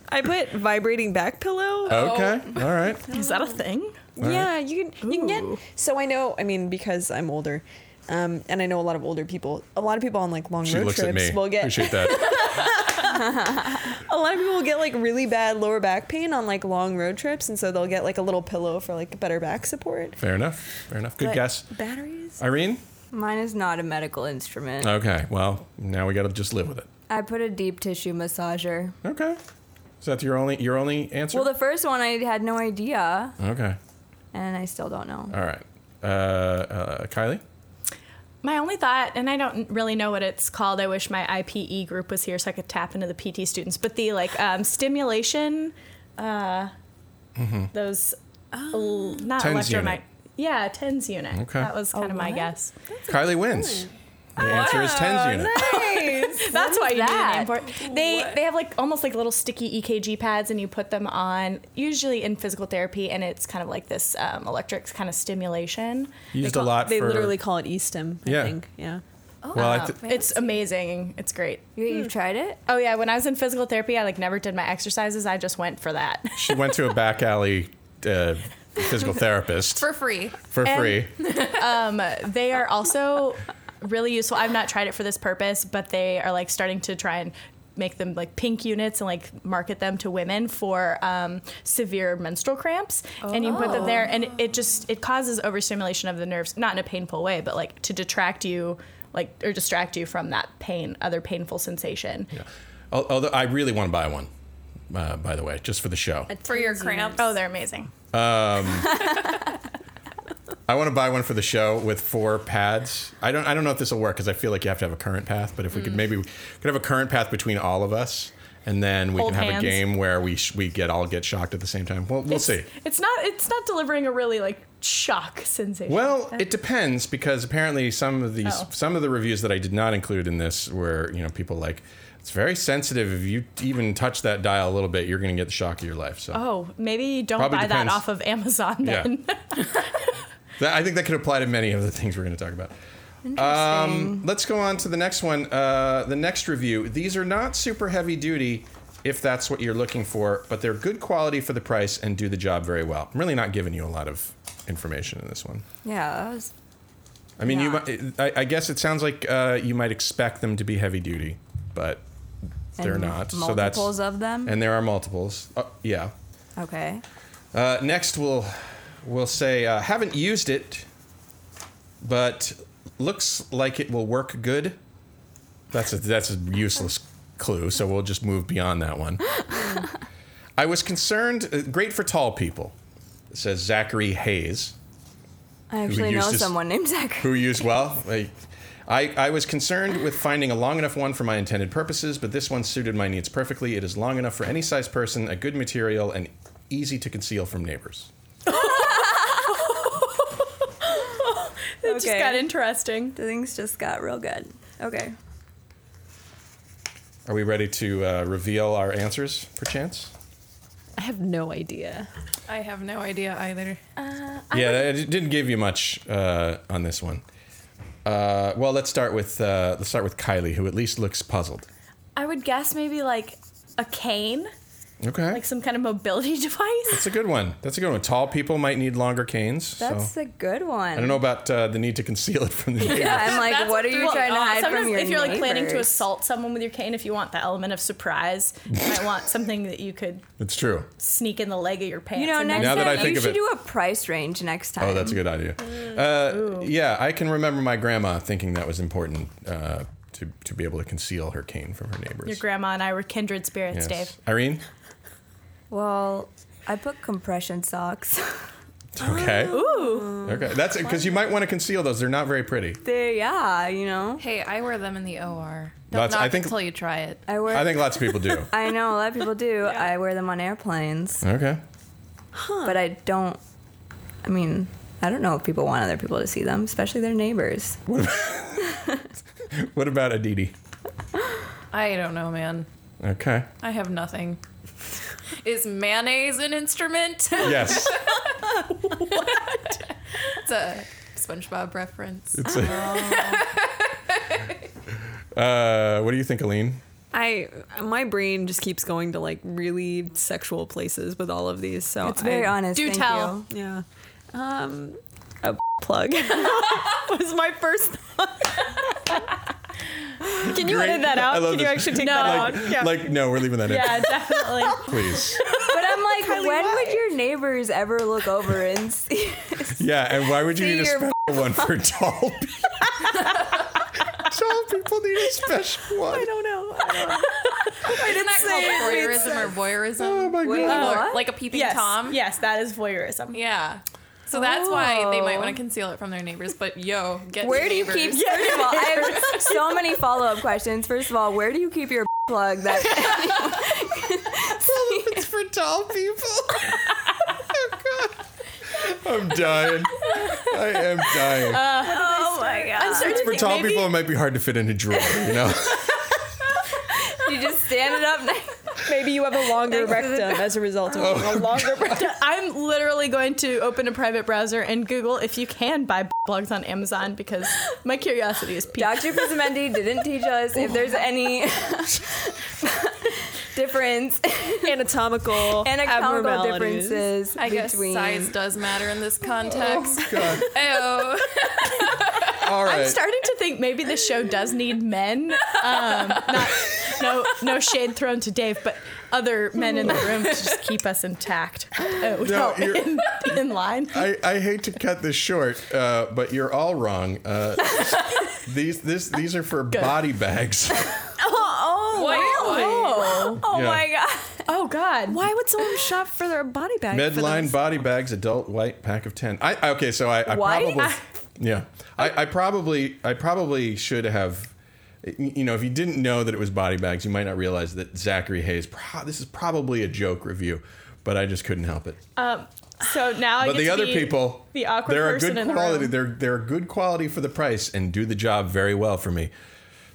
Speaker 11: I put vibrating back pillow.
Speaker 1: Okay. Oh, All right.
Speaker 9: Is that a thing?
Speaker 1: All
Speaker 11: yeah,
Speaker 1: right.
Speaker 11: you can you can
Speaker 1: Ooh.
Speaker 11: get. So I know. I mean, because I'm older, um, and I know a lot of older people. A lot of people on like long
Speaker 1: She
Speaker 11: road
Speaker 1: looks at
Speaker 11: trips
Speaker 1: me.
Speaker 11: will get.
Speaker 1: Appreciate that.
Speaker 11: a lot of people will get like really bad lower back pain on like long road trips, and so they'll get like a little pillow for like better back support.
Speaker 1: Fair enough. Fair enough. Good
Speaker 11: But
Speaker 1: guess.
Speaker 11: Batteries.
Speaker 1: Irene.
Speaker 8: Mine is not a medical instrument.
Speaker 1: Okay. Well, now we got to just live with it.
Speaker 8: I put a deep tissue massager.
Speaker 1: Okay. Is that your only your only answer?
Speaker 8: Well, the first one I had no idea,
Speaker 1: okay.
Speaker 8: and I still don't know.
Speaker 1: All right. Uh, uh, Kylie.
Speaker 9: My only thought, and I don't really know what it's called. I wish my IPE group was here so I could tap into the PT students. But the like um, stimulation, uh,
Speaker 1: Mm-hmm.
Speaker 9: those l- not
Speaker 1: Tens
Speaker 9: electromagnetic.
Speaker 1: unit.
Speaker 9: Yeah, tens unit.
Speaker 1: Okay.
Speaker 9: That was kind of my guess.
Speaker 1: Kylie wins. The answer is tens unit.
Speaker 9: Nice. That's why
Speaker 8: What
Speaker 9: you
Speaker 8: is
Speaker 9: need a name for it. They they have like almost like little sticky EKG pads, and you put them on usually in physical therapy, and it's kind of like this um, electric kind of stimulation.
Speaker 1: Used a lot
Speaker 11: They
Speaker 1: for.
Speaker 11: literally call it eSTEM. I
Speaker 1: Yeah.
Speaker 11: think. Yeah.
Speaker 1: Well, I th-
Speaker 9: it's amazing. It's great.
Speaker 8: You,
Speaker 1: Hmm.
Speaker 8: have tried it?
Speaker 9: Oh yeah. When I was in physical therapy, I like never did my exercises. I just went for that
Speaker 1: she went to a back alley uh, physical therapist
Speaker 9: for free.
Speaker 1: for free.
Speaker 9: um, they are also really useful. I've not tried it for this purpose, but they are like starting to try and make them like pink units and like market them to women for um, severe menstrual cramps and you put them there and it just it causes overstimulation of the nerves not in a painful way but like to detract you like or distract you from that pain other painful sensation
Speaker 1: Al- Although I really want to buy one, uh, by the way, just for the show.
Speaker 4: for your cramps.
Speaker 9: oh they're amazing
Speaker 1: Um, I want to buy one for the show with four pads. I don't. I
Speaker 9: Mm.
Speaker 1: don't know if this will work because I feel like you have to have a current path. But if we could maybe we could have a current path between all of us, and then we
Speaker 9: Hold
Speaker 1: can have
Speaker 9: hands.
Speaker 1: a game where we sh- we get all get shocked at the same time. Well, we'll
Speaker 9: it's,
Speaker 1: see.
Speaker 9: It's not. It's not delivering a really like shock sensation.
Speaker 1: Well, it depends because apparently some of these
Speaker 9: Oh.
Speaker 1: some of the reviews that I did not include in this were you know people like it's very sensitive if you even touch that dial a little bit you're going to get the shock of your life. So
Speaker 9: Oh, maybe don't
Speaker 1: Probably
Speaker 9: buy
Speaker 1: depends.
Speaker 9: that off of Amazon
Speaker 1: Yeah.
Speaker 9: then.
Speaker 1: that, I think that could apply to many of the things we're going to talk about. Um, let's go on to the next one. Uh, the next review. These are not super heavy duty, if that's what you're looking for, but they're good quality for the price and do the job very well. I'm really not giving you a lot of information in this one.
Speaker 8: Yeah, that was
Speaker 1: I mean, you. Might, I, I guess it sounds like uh, you might expect them to be heavy duty, but they're
Speaker 8: And
Speaker 1: not. so that's
Speaker 8: multiples of them?
Speaker 1: and there are multiples. Uh, yeah.
Speaker 8: okay.
Speaker 1: Uh, next, we'll we'll say uh, haven't used it, but looks like it will work good. That's a, that's a useless clue, so we'll just move beyond that one. I was concerned. Uh, great for tall people, says Zachary Hayes
Speaker 8: I
Speaker 1: who
Speaker 8: actually
Speaker 1: used
Speaker 8: know
Speaker 1: to s-
Speaker 8: someone named Zach.
Speaker 1: Who used well. I, I, I was concerned with finding a long enough one for my intended purposes, but this one suited my needs perfectly. It is long enough for any size person, a good material, and easy to conceal from neighbors.
Speaker 9: It just got interesting.
Speaker 8: Things just got real good. Okay.
Speaker 1: Are we ready to uh, reveal our answers, perchance?
Speaker 11: I have no idea.
Speaker 4: I have no idea either. Uh,
Speaker 1: yeah, it didn't give you much uh, on this one. Uh, well, let's start with uh, let's start with Kylie, who at least looks puzzled.
Speaker 9: I would guess maybe like a cane,
Speaker 1: Okay,
Speaker 9: like some kind of mobility device.
Speaker 1: that's a good one. That's a good one. Tall people might need longer canes.
Speaker 8: That's
Speaker 1: so.
Speaker 8: a good
Speaker 1: I
Speaker 8: one.
Speaker 1: don't know about uh, the need to conceal it from the neighbors.
Speaker 8: Yeah, I'm like,
Speaker 9: That's
Speaker 8: what are you
Speaker 9: well,
Speaker 8: trying to
Speaker 9: uh,
Speaker 8: hide from
Speaker 9: sometimes
Speaker 8: your
Speaker 9: If you're like planning to
Speaker 8: neighbors?
Speaker 9: assault someone with your cane, if you want the element of surprise, you might want something that you could
Speaker 1: It's true.
Speaker 9: sneak in the leg of your pants.
Speaker 8: You know,
Speaker 9: and
Speaker 8: next
Speaker 9: then-
Speaker 1: Now that
Speaker 8: time
Speaker 1: I think
Speaker 8: you
Speaker 1: of
Speaker 8: should
Speaker 1: it-
Speaker 8: do a price range next time.
Speaker 1: Oh, that's a good idea. Uh, yeah, I can remember my grandma thinking that was important uh, to, to be able to conceal her cane from her neighbors.
Speaker 9: your grandma and I were kindred spirits,
Speaker 1: Yes.
Speaker 9: Dave.
Speaker 1: Irene?
Speaker 8: Well, I put compression socks.
Speaker 1: Okay.
Speaker 8: Ooh.
Speaker 1: Okay. That's because you might want to conceal those. They're not very pretty.
Speaker 8: They, yeah, you know.
Speaker 4: Hey, I wear them in the OR. Don't
Speaker 1: That's-
Speaker 4: knock
Speaker 1: I think-
Speaker 4: until you try it.
Speaker 8: I wear.
Speaker 1: I think lots of people do.
Speaker 8: I know a lot of people do. I wear them on airplanes,
Speaker 1: Okay.
Speaker 8: but I don't. I mean, I don't know if people want other people to see them, especially their neighbors.
Speaker 1: What about Aditi?
Speaker 4: I don't know, man.
Speaker 1: Okay.
Speaker 4: I have nothing. Is mayonnaise an instrument?
Speaker 1: Yes.
Speaker 4: it's a SpongeBob reference.
Speaker 1: It's a- Uh, what do you think, Aline?
Speaker 11: I my brain just keeps going to like really sexual places with all of these. So
Speaker 8: It's very
Speaker 11: I-
Speaker 8: honest.
Speaker 9: Do
Speaker 8: thank
Speaker 9: tell.
Speaker 8: you.
Speaker 11: Yeah. Um, a plug was my first. thought. Can you
Speaker 1: Great.
Speaker 11: edit that out?
Speaker 1: I love
Speaker 11: Can you
Speaker 1: this.
Speaker 11: actually take
Speaker 9: No.
Speaker 11: that
Speaker 1: like,
Speaker 11: out? Yeah.
Speaker 1: like, no, we're leaving that
Speaker 9: Yeah,
Speaker 1: in.
Speaker 9: definitely.
Speaker 1: Please.
Speaker 8: But I'm like, when would your neighbors ever look over and see?
Speaker 1: Yeah, and why would you
Speaker 8: See
Speaker 1: need a
Speaker 8: your
Speaker 1: special one for tall people? tall people need a special one.
Speaker 11: I don't know. I don't know.
Speaker 4: Isn't that
Speaker 11: say
Speaker 4: called
Speaker 11: it made
Speaker 4: voyeurism or voyeurism?
Speaker 1: Oh my
Speaker 8: Wait,
Speaker 1: god.
Speaker 8: what?
Speaker 4: Like a peeping
Speaker 9: yes,
Speaker 4: tom?
Speaker 9: yes, that is voyeurism.
Speaker 4: Yeah. So that's why they might
Speaker 8: Oh.
Speaker 4: want to conceal it from their neighbors. But yo, get
Speaker 8: Where do you keep?
Speaker 4: neighbors.
Speaker 8: First of all, I have so many follow-up questions. First of all, where do you keep your plug? That
Speaker 1: It's for tall people. oh god. I'm dying. I am dying.
Speaker 8: oh my god!
Speaker 9: It's
Speaker 1: for tall people, it might be hard to fit in a drawer, you know?
Speaker 8: You just stand it up next.
Speaker 11: Maybe you have a longer rectum as a result of having a longer rectum.
Speaker 9: I'm literally going to open a private browser and Google if you can buy blogs on Amazon because my curiosity is piqued.
Speaker 8: Dr. Pisamendi didn't teach us if there's any difference,
Speaker 11: Anatomical,
Speaker 8: anatomical
Speaker 11: abnormalities.
Speaker 8: differences
Speaker 4: I guess
Speaker 8: between.
Speaker 4: size does matter in this context.
Speaker 1: God.
Speaker 4: Oh,
Speaker 1: All right.
Speaker 9: I'm starting to think maybe this show does need men. Um, not, no, no shade thrown to Dave, but other men in the room to just keep us intact. Oh,
Speaker 1: No,
Speaker 9: no,
Speaker 1: you're-
Speaker 9: in, in line.
Speaker 1: I, I hate to cut this short, uh, but you're all wrong. Uh, these this these are for body bags.
Speaker 8: Oh,
Speaker 4: Wait,
Speaker 8: wow. Oh
Speaker 1: Yeah.
Speaker 8: my god.
Speaker 9: Oh God!
Speaker 11: Why would someone shop for their body bag? for
Speaker 1: Medline
Speaker 11: this?
Speaker 1: body bags, adult white pack of ten. I okay, so I, I
Speaker 8: White?
Speaker 1: probably yeah, I, I probably I probably should have you know, if you didn't know that it was body bags, you might not realize that Zachary Hayes. Pro- this is probably a joke review, but I just couldn't help it.
Speaker 9: Um, so now, I
Speaker 1: but
Speaker 9: get
Speaker 1: the
Speaker 9: to
Speaker 1: other
Speaker 9: be
Speaker 1: people,
Speaker 9: the awkward
Speaker 1: they're a
Speaker 9: person
Speaker 1: good
Speaker 9: in the
Speaker 1: quality.
Speaker 9: room.
Speaker 1: They're they're a good quality for the price and do the job very well for me.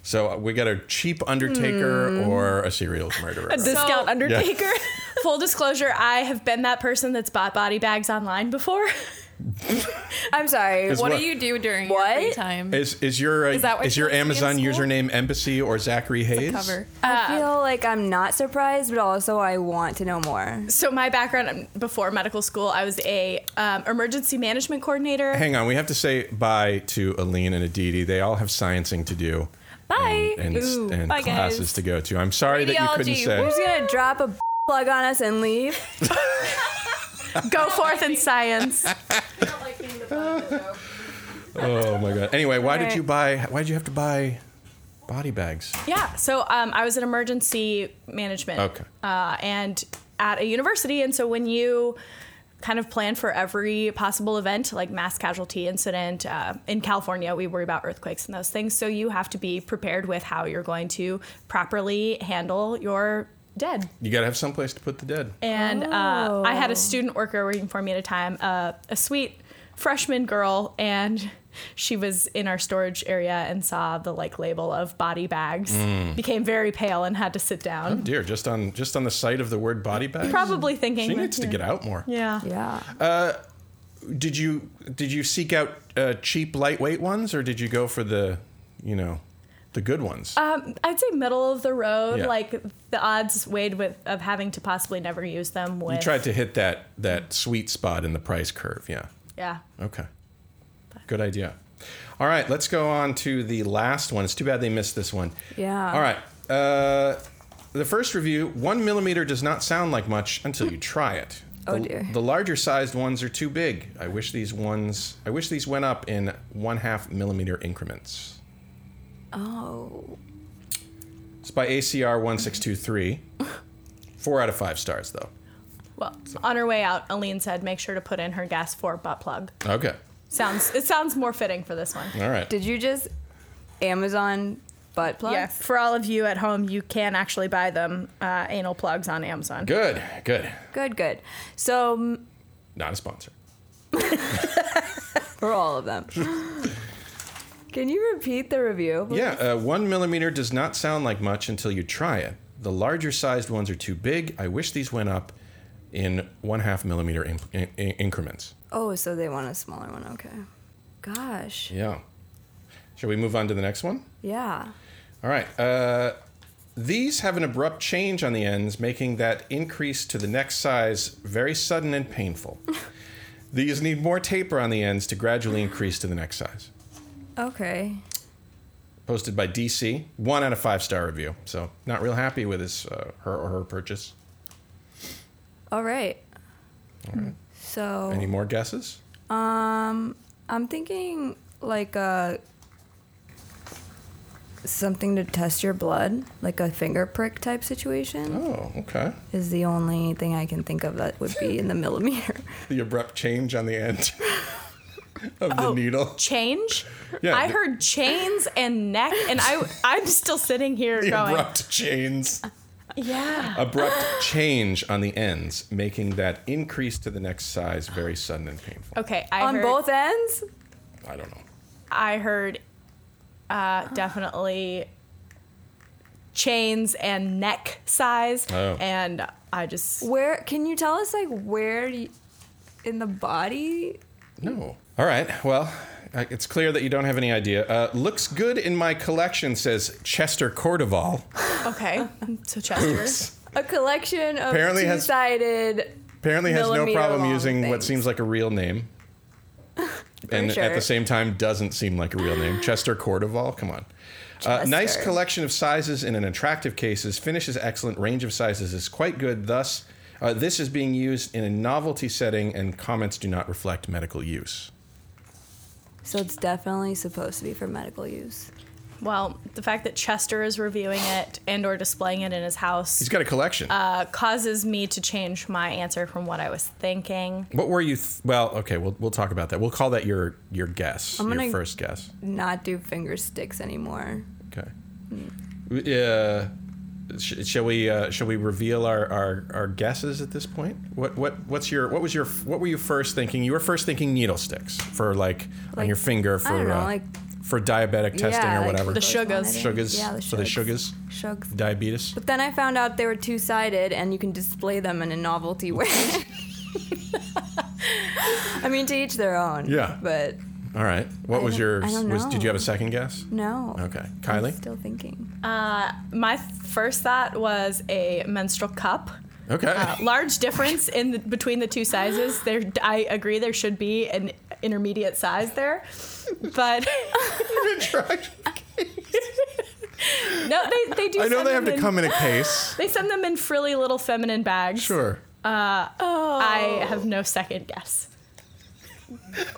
Speaker 1: So uh, we got a cheap undertaker
Speaker 9: Hmm.
Speaker 1: or a serial murderer.
Speaker 9: A discount
Speaker 1: Yeah.
Speaker 9: undertaker. Full disclosure, I have been that person that's bought body bags online before.
Speaker 8: I'm sorry.
Speaker 1: Is
Speaker 4: what,
Speaker 1: what-
Speaker 4: do you do during your free time?
Speaker 1: Is is your uh,
Speaker 4: Is that what
Speaker 1: is
Speaker 4: you
Speaker 1: your
Speaker 4: wanna be in
Speaker 1: Amazon
Speaker 4: school?
Speaker 1: username Embassy or Zachary Hayes?
Speaker 8: I feel like I'm not surprised, but also I want to know more.
Speaker 9: So my background um, before medical school, I was a um, emergency management coordinator.
Speaker 1: Hang on, we have to say bye to Aline and Aditi. They all have sciencing to do.
Speaker 8: Bye.
Speaker 1: and, and classes to go to. I'm sorry that you couldn't
Speaker 8: Radiology.
Speaker 1: say.
Speaker 8: We're just gonna drop a plug on us and leave.
Speaker 9: Go forth in science.
Speaker 1: Oh my god. Anyway, why did
Speaker 9: Alright.
Speaker 1: you buy? Why did you have to buy body bags?
Speaker 9: Yeah. So um, I was in emergency management.
Speaker 1: Okay.
Speaker 9: Uh, and at a university. And so when you kind of plan for every possible event, like mass casualty incident uh, in California, we worry about earthquakes and those things. So you have to be prepared with how you're going to properly handle your dead.
Speaker 1: You gotta have someplace to put the dead.
Speaker 9: And uh, I had a student worker working for me at a time, uh, a sweet freshman girl, and she was in our storage area and saw the like label of body bags,
Speaker 1: Mm.
Speaker 9: became very pale and had to sit
Speaker 1: Oh
Speaker 9: down.
Speaker 1: dear, just on just on the sight of the word body bags.
Speaker 9: Probably thinking
Speaker 1: she
Speaker 9: that-
Speaker 1: needs to
Speaker 9: yeah.
Speaker 1: get out more.
Speaker 9: Yeah.
Speaker 8: Yeah.
Speaker 1: Uh, did you did you seek out uh, cheap lightweight ones, or did you go for the you know the good ones?
Speaker 9: Um, I'd say middle of the road,
Speaker 1: Yeah.
Speaker 9: like the odds weighed with of having to possibly never use them. With
Speaker 1: you tried to hit that that sweet spot in the price curve. Yeah.
Speaker 9: yeah.
Speaker 1: Okay. Good idea. All right, let's go on to the last one. It's too bad they missed this one.
Speaker 8: Yeah.
Speaker 1: All right. Uh, the first review one millimeter does not sound like much until you try it. the,
Speaker 8: Oh, dear.
Speaker 1: The larger sized ones are too big. I wish these ones. I wish these went up in one half millimeter increments.
Speaker 8: Oh.
Speaker 1: It's by ACR one six two three. Four out of five stars though.
Speaker 9: Well, on her way out, Aline said, "Make sure to put in her gas for butt plug."
Speaker 1: Okay.
Speaker 9: Sounds it sounds more fitting for this one.
Speaker 1: All right.
Speaker 8: Did you just Amazon butt plugs?
Speaker 9: Yeah, for all of you at home, you can actually buy them uh, anal plugs on Amazon.
Speaker 1: Good. Good.
Speaker 8: Good, good. So mm,
Speaker 1: Not a sponsor.
Speaker 8: for all of them. Can you repeat the review? please?
Speaker 1: Yeah, uh, one millimeter does not sound like much until you try it. The larger sized ones are too big. I wish these went up in one half millimeter in- in- in- increments.
Speaker 8: Oh, so they want a smaller one. Okay. Gosh.
Speaker 1: Yeah. Shall we move on to the next one?
Speaker 8: Yeah.
Speaker 1: All right. Uh, these have an abrupt change on the ends, making that increase to the next size very sudden and painful. these need more taper on the ends to gradually increase to the next size.
Speaker 8: Okay.
Speaker 1: Posted by DC, one out of five star review. So not real happy with his uh, her or her purchase.
Speaker 8: All right. So
Speaker 1: Any more guesses?
Speaker 8: Um, I'm thinking like a something to test your blood, like a finger prick type situation.
Speaker 1: Oh, okay.
Speaker 8: Is the only thing I can think of that would be in the millimeter.
Speaker 1: The abrupt change on the end of the
Speaker 9: Oh.
Speaker 1: needle.
Speaker 9: Change?
Speaker 1: Yeah,
Speaker 9: I
Speaker 1: the-
Speaker 9: heard chains and neck, and I I'm still sitting here
Speaker 1: The
Speaker 9: going,
Speaker 1: abrupt chains.
Speaker 9: yeah.
Speaker 1: Abrupt change on the ends, making that increase to the next size very sudden and painful.
Speaker 9: Okay, I
Speaker 8: On
Speaker 9: heard,
Speaker 8: both ends?
Speaker 1: I don't know.
Speaker 9: I heard uh, definitely chains and neck size,
Speaker 1: Oh.
Speaker 9: and I just
Speaker 8: Where can you tell us like where you, in the body?
Speaker 1: No. All right. Well, I- it's clear that you don't have any idea. Uh, looks good in my collection, says Chester Cordoval.
Speaker 9: okay. So
Speaker 1: Oops.
Speaker 9: Chester,
Speaker 8: A collection of
Speaker 1: Apparently has-
Speaker 8: two-sided.
Speaker 1: Apparently has no
Speaker 8: millimeter
Speaker 1: problem
Speaker 8: long
Speaker 1: using what
Speaker 8: things.
Speaker 1: seems like a real name. and at
Speaker 8: sure.
Speaker 1: the same time doesn't seem like a real name. Chester Cordoval, come on. Uh, nice
Speaker 8: Chester.
Speaker 1: collection of sizes in an attractive cases. Finish is excellent. Range of sizes is quite good. Thus, uh, this is being used in a novelty setting, and comments do not reflect medical use.
Speaker 8: So it's definitely supposed to be for medical use.
Speaker 9: well, the fact that Chester is reviewing it and or displaying it in his house,
Speaker 1: He's got a collection.
Speaker 9: uh, causes me to change my answer from what I was thinking.
Speaker 1: what were you? Th- well, okay, we'll we'll talk about that. We'll call that your your guess,
Speaker 8: I'm
Speaker 1: your
Speaker 8: gonna-
Speaker 1: first guess.
Speaker 8: Not do finger sticks anymore.
Speaker 1: Okay.
Speaker 8: I'm
Speaker 1: Uh, sh- shall we? Uh, shall we reveal our, our, our guesses at this point? What what what's your what was your what were you first thinking? You were first thinking needle sticks for like, on
Speaker 8: Like,
Speaker 1: your finger for
Speaker 8: I don't know,
Speaker 1: uh,
Speaker 8: like-
Speaker 1: for diabetic
Speaker 8: Yeah,
Speaker 1: testing or
Speaker 8: like
Speaker 1: whatever.
Speaker 8: the sugars.
Speaker 1: sugars.
Speaker 8: Yeah, the
Speaker 1: for the
Speaker 8: sugars.
Speaker 1: sugars.
Speaker 8: Shugs.
Speaker 1: Diabetes.
Speaker 8: But then I found out they were two sided and you can display them in a novelty way. I mean, to each their own.
Speaker 1: Yeah.
Speaker 8: But
Speaker 1: All right. What
Speaker 8: I
Speaker 1: was
Speaker 8: don't-
Speaker 1: your
Speaker 8: I don't
Speaker 1: was did you
Speaker 8: know.
Speaker 1: have a second guess?
Speaker 8: no.
Speaker 1: Okay. Kylie?
Speaker 8: Still thinking.
Speaker 9: Uh, my first thought was a menstrual cup.
Speaker 1: Okay.
Speaker 9: Uh, large difference in the, between the two sizes. There, I agree. There should be an intermediate size there, but no, they, they do.
Speaker 1: I know
Speaker 9: send
Speaker 1: they have
Speaker 9: them
Speaker 1: to come in a case.
Speaker 9: They send them in frilly little feminine bags.
Speaker 1: Sure.
Speaker 9: Uh, I have no second guess.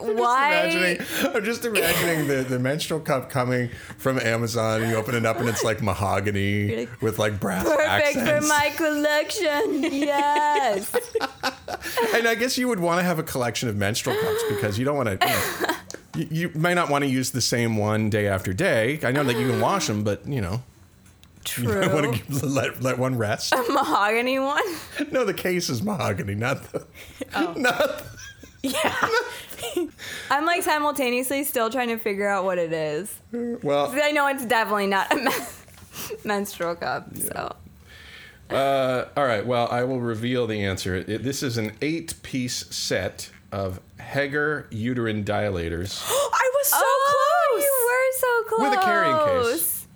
Speaker 1: Imagining, I'm just imagining the, the menstrual cup coming from Amazon and you open it up and it's like mahogany
Speaker 8: You're like,
Speaker 1: with like brass
Speaker 8: Perfect
Speaker 1: accents.
Speaker 8: for my collection. Yes.
Speaker 1: and I guess you would want to have a collection of menstrual cups because you don't want to. You, know, you, you may not want to use the same one day after day. I know that you can wash them, but you know, you might want to let let one rest.
Speaker 8: A mahogany one?
Speaker 1: No, the case is mahogany, not the.
Speaker 8: Oh.
Speaker 9: Yeah.
Speaker 8: I'm like simultaneously still trying to figure out what it is.
Speaker 1: Well,
Speaker 8: 'Cause I know it's definitely not a men- menstrual cup. So
Speaker 1: Uh, all right. Well, I will reveal the answer. It, this is an eight-piece set of Heger uterine dilators.
Speaker 9: I was so
Speaker 8: close. Oh, You were so close.
Speaker 1: With a carrying case.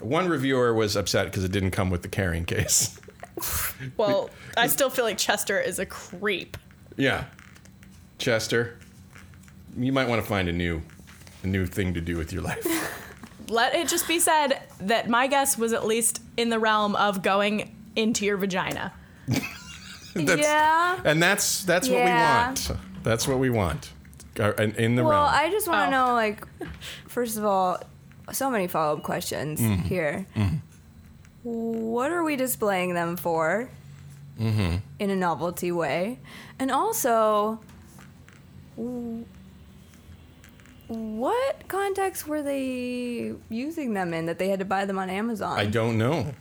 Speaker 1: One reviewer was upset because it didn't come with the carrying case.
Speaker 9: Well, I still feel like Chester is a creep.
Speaker 1: Yeah, Chester, you might want to find a new, a new thing to do with your life.
Speaker 9: Let it just be said that my guess was at least in the realm of going into your vagina.
Speaker 1: That's-
Speaker 8: yeah.
Speaker 1: And that's that's
Speaker 8: Yeah.
Speaker 1: what we want. That's what we want. Uh, In, in the
Speaker 8: well,
Speaker 1: realm.
Speaker 8: I just want to know, like, first of all, so many follow up questions
Speaker 1: Mhm.
Speaker 8: here. What are we displaying them for
Speaker 1: Mm-hmm.
Speaker 8: in a novelty way? And also, w- what context were they using them in that they had to buy them on Amazon?
Speaker 1: I don't know.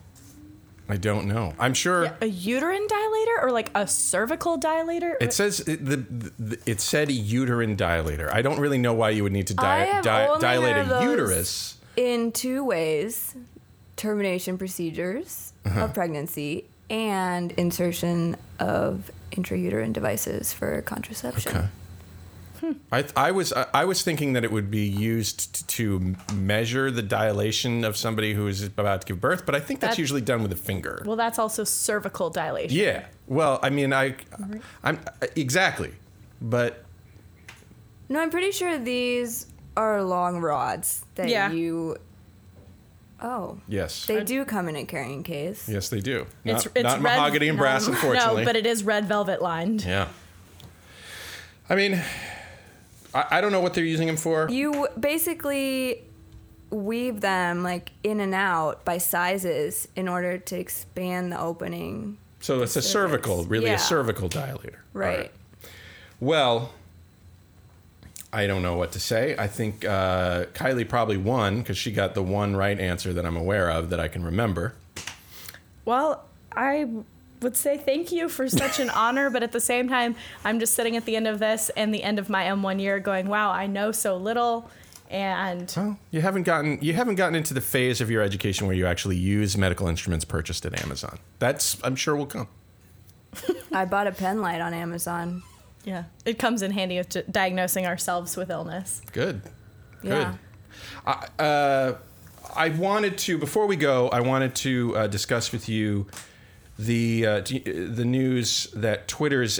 Speaker 1: I don't know. I'm sure.
Speaker 9: A uterine dilator or like a cervical dilator?
Speaker 1: It says it, the, the it said uterine dilator. I don't really know why you would need to
Speaker 8: I
Speaker 1: di-
Speaker 8: have
Speaker 1: di-
Speaker 8: only
Speaker 1: dilate
Speaker 8: heard of
Speaker 1: a
Speaker 8: those
Speaker 1: uterus.
Speaker 8: in two ways termination procedures
Speaker 1: Uh-huh.
Speaker 8: of pregnancy and insertion of intrauterine devices for contraception.
Speaker 1: I, I was I, I was thinking that it would be used to measure the dilation of somebody who is about to give birth, but I think that's
Speaker 9: That-
Speaker 1: usually done with a finger.
Speaker 9: Well, that's also cervical dilation.
Speaker 1: Yeah. Well, I mean, I, I'm exactly, but
Speaker 8: No, I'm pretty sure these are long rods that
Speaker 9: Yeah.
Speaker 8: you. Oh.
Speaker 1: Yes.
Speaker 8: They do come in a carrying case.
Speaker 1: yes, they do. Not, not mahogany and brass, unfortunately.
Speaker 9: um, No, but it is red velvet lined.
Speaker 1: yeah. I mean, I, I don't know what they're using them for.
Speaker 8: You basically weave them like in and out by sizes in order to expand the opening.
Speaker 1: So it's a
Speaker 8: Cervix.
Speaker 1: cervical, really
Speaker 8: Yeah.
Speaker 1: a cervical dilator.
Speaker 8: Right.
Speaker 1: Well, I don't know what to say. I think uh, Kylie probably won because she got the one right answer that I'm aware of that I can remember.
Speaker 9: Well, I would say thank you for such an honor, but at the same time, I'm just sitting at the end of this and the end of my M1 year going, wow, I know so little. And
Speaker 1: You haven't gotten you haven't gotten into the phase of your education where you actually use medical instruments purchased at Amazon. That's I'm sure will come.
Speaker 8: I bought a pen light on Amazon.
Speaker 9: yeah, it comes in handy with d- diagnosing ourselves with illness.
Speaker 1: Good.
Speaker 9: Yeah.
Speaker 1: Good. I, uh, I wanted to before we go. I wanted to uh, discuss with you the uh, t- the news that Twitter's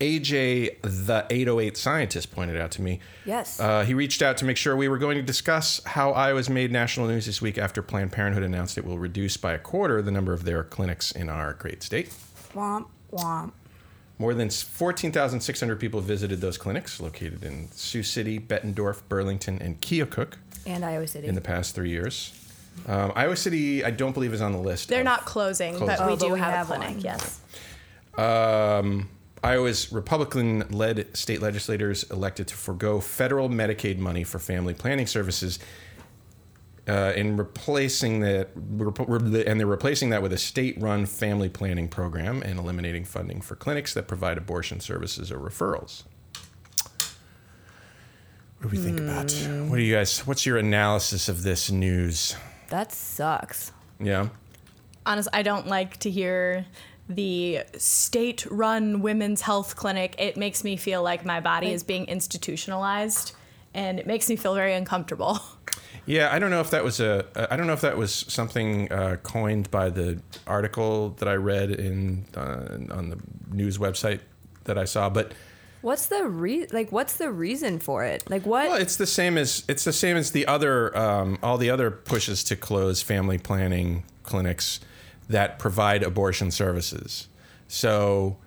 Speaker 1: AJ the 808 scientist pointed out to me.
Speaker 8: Yes.
Speaker 1: Uh, he reached out to make sure we were going to discuss how Iowa's made national news this week after Planned Parenthood announced it will reduce by a quarter the number of their clinics in our great state.
Speaker 8: Womp womp.
Speaker 1: More than 14,600 people visited those clinics located in Sioux City, Bettendorf, Burlington, and Keokuk
Speaker 8: And Iowa City.
Speaker 1: in the past three years. Um, Iowa City, I don't believe, is on the list.
Speaker 9: They're
Speaker 1: of-
Speaker 9: not closing,
Speaker 1: Closing.
Speaker 9: but we
Speaker 1: Oh,
Speaker 9: do
Speaker 8: but we
Speaker 9: have,
Speaker 8: have
Speaker 9: a clinic,
Speaker 8: one.
Speaker 9: yes.
Speaker 1: Um, Iowa's Republican led state legislators elected to forego federal Medicaid money for family planning services uh, in replacing that, rep- re- and they're replacing that with a state-run family planning program and eliminating funding for clinics that provide abortion services or referrals. What do we think about? What do you guys? What's your analysis of this news?
Speaker 8: That sucks.
Speaker 1: Yeah.
Speaker 9: Honest, I don't like to hear the state-run women's health clinic. It makes me feel like my body is being institutionalized, and it makes me feel very uncomfortable.
Speaker 1: Yeah, I don't know if that was a. I don't know if that was something uh, coined by the article that I read in uh, on the news website that I saw, but
Speaker 8: What's the re like? What's the reason for it? Like what?
Speaker 1: well, it's the same as it's the same as the other um, all the other pushes to close family planning clinics that provide abortion services. So,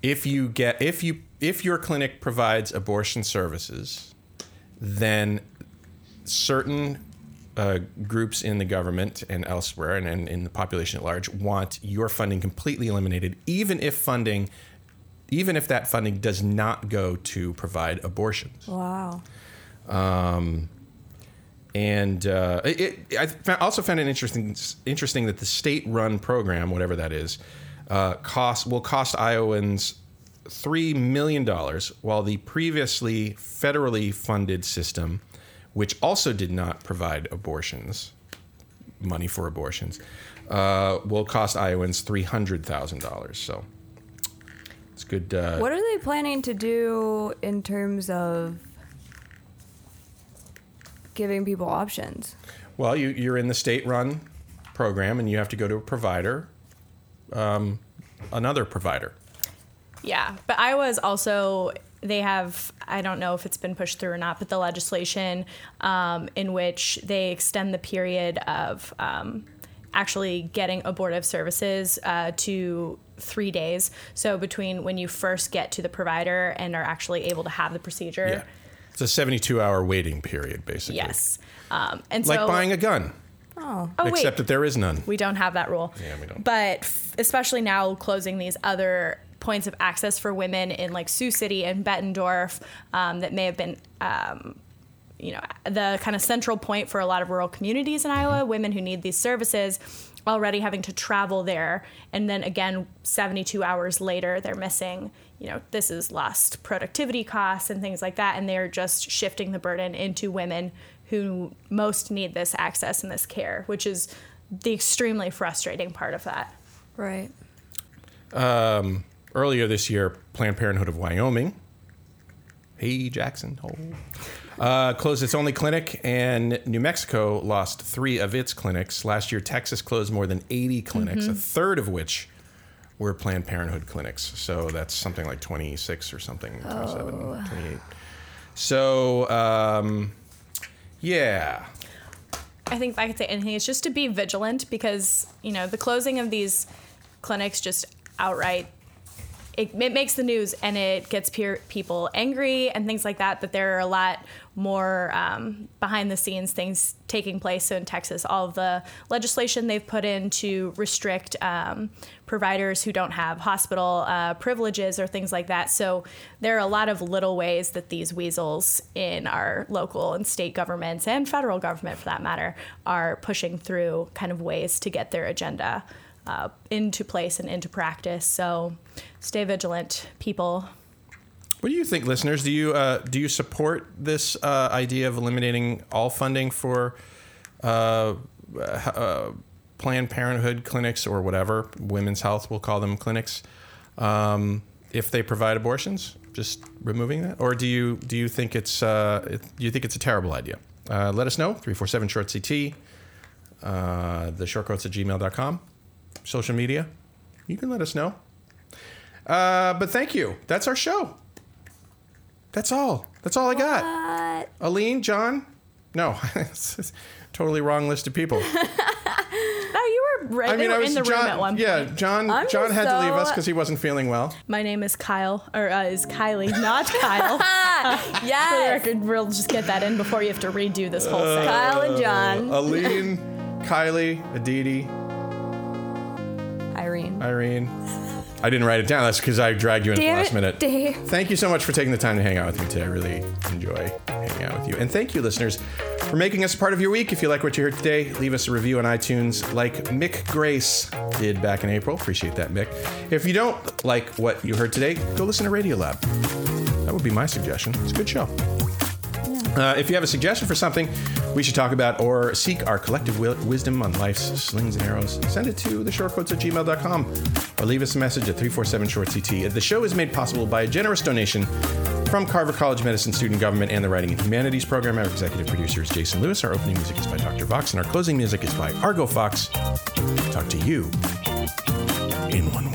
Speaker 1: if you get if you if your clinic provides abortion services, then certain uh, groups in the government and elsewhere and, and in the population at large want your funding completely eliminated, even if funding, even if that funding does not go to provide abortions.
Speaker 8: Wow.
Speaker 1: Um, and uh, it, it- I found, also found it interesting interesting that the state-run program, whatever that is, uh, cost will cost Iowans three million dollars, while the previously federally funded system, which also did not provide abortions, money for abortions, uh, will cost Iowans three hundred thousand dollars. So it's good. Uh,
Speaker 8: what are they planning to do in terms of giving people options?
Speaker 1: Well, you, you're in the state-run program, and you have to go to a provider, um, another provider.
Speaker 9: Yeah, but Iowa is also they have I don't know if it's been pushed through or not, but the legislation um, in which they extend the period of um, actually getting abortive services uh, to three days. So between when you first get to the provider and are actually able to have the procedure.
Speaker 1: Yeah, it's a 72-hour waiting period, basically.
Speaker 9: Yes. Um, and
Speaker 1: like
Speaker 9: so
Speaker 1: buying a gun,
Speaker 9: oh,
Speaker 1: except
Speaker 9: wait.
Speaker 1: that there is none.
Speaker 9: We don't have that rule.
Speaker 1: Yeah, we don't.
Speaker 9: But f- especially now, closing these other points of access for women in like Sioux City and Bettendorf um, that may have been. Um, you know, the kind of central point for a lot of rural communities in Iowa, women who need these services already having to travel there. And then again, 72 hours later, they're missing, you know, this is lost productivity costs and things like that. And they're just shifting the burden into women who most need this access and this care, which is the extremely frustrating part of that.
Speaker 8: Right.
Speaker 1: Um, earlier this year, Planned Parenthood of Wyoming, hey Jackson Hole, uh, closed its only clinic, and New Mexico lost three of its clinics last year. Texas closed more than 80 clinics,
Speaker 13: Mhm.
Speaker 1: a third of which were Planned Parenthood clinics. So that's something like 26 or something, 27,
Speaker 13: Oh.
Speaker 1: 28. So um, yeah,
Speaker 9: I think if I could say anything, it's just to be vigilant because you know the closing of these clinics just outright it, it makes the news and it gets peer, people angry and things like that. But there are a lot more um, behind the scenes things taking place. So in Texas, all of the legislation they've put in to restrict um, providers who don't have hospital uh, privileges or things like that. So there are a lot of little ways that these weasels in our local and state governments and federal government, for that matter, are pushing through kind of ways to get their agenda uh, into place and into practice. So stay vigilant, people.
Speaker 1: What do you think, listeners? Do you uh, do you support this uh, idea of eliminating all funding for uh, uh, uh, Planned Parenthood clinics or whatever Women's Health will call them clinics um, if they provide abortions? Just removing that, or do you do you think it's uh, it- do you think it's a terrible idea? Uh, let us know three four seven short ct, uh, the shortcoats at gmail.com, social media. You can let us know. Uh, but thank you. That's our show. That's all. That's all I got. Aline, John. No, it's- it's totally wrong list of people.
Speaker 9: No, Oh, you were right.
Speaker 1: I mean,
Speaker 9: they were
Speaker 1: I was
Speaker 9: in the
Speaker 1: John.
Speaker 9: room at one.
Speaker 1: yeah, John.
Speaker 9: I'm
Speaker 1: John
Speaker 9: just
Speaker 1: had to leave
Speaker 9: so-
Speaker 1: us because he wasn't feeling well.
Speaker 9: My name is Kyle, or uh, is Kylie, not Kyle. Ah, yeah. For the record, we'll just get that in before you have to redo this whole
Speaker 1: Uh,
Speaker 9: segment.
Speaker 1: Aline, Kylie, Aditi,
Speaker 8: Irene.
Speaker 1: Irene. I didn't write it down. That's because I dragged you in
Speaker 8: Damn
Speaker 1: at the last
Speaker 8: it,
Speaker 1: minute.
Speaker 8: Dave.
Speaker 1: Thank you so much for taking the time to hang out with me today. I really enjoy hanging out with you. And thank you, listeners, for making us a part of your week. If you like what you heard today, leave us a review on iTunes like Mick Grace did back in April. Appreciate that, Mick. If you don't like what you heard today, go listen to Radio Lab. That would be my suggestion. It's a good show. Uh, if you have a suggestion for something we should talk about or seek our collective wi- wisdom on life's slings and arrows, send it to theshortquotes at gmail.com or leave us a message at 347-SHORT-CT. The show is made possible by a generous donation from Carver College Medicine Student Government and the Writing and Humanities Program. Our executive producer is Jason Lewis. Our opening music is by Dr. Vox, and our closing music is by Argo Fox. Talk to you in one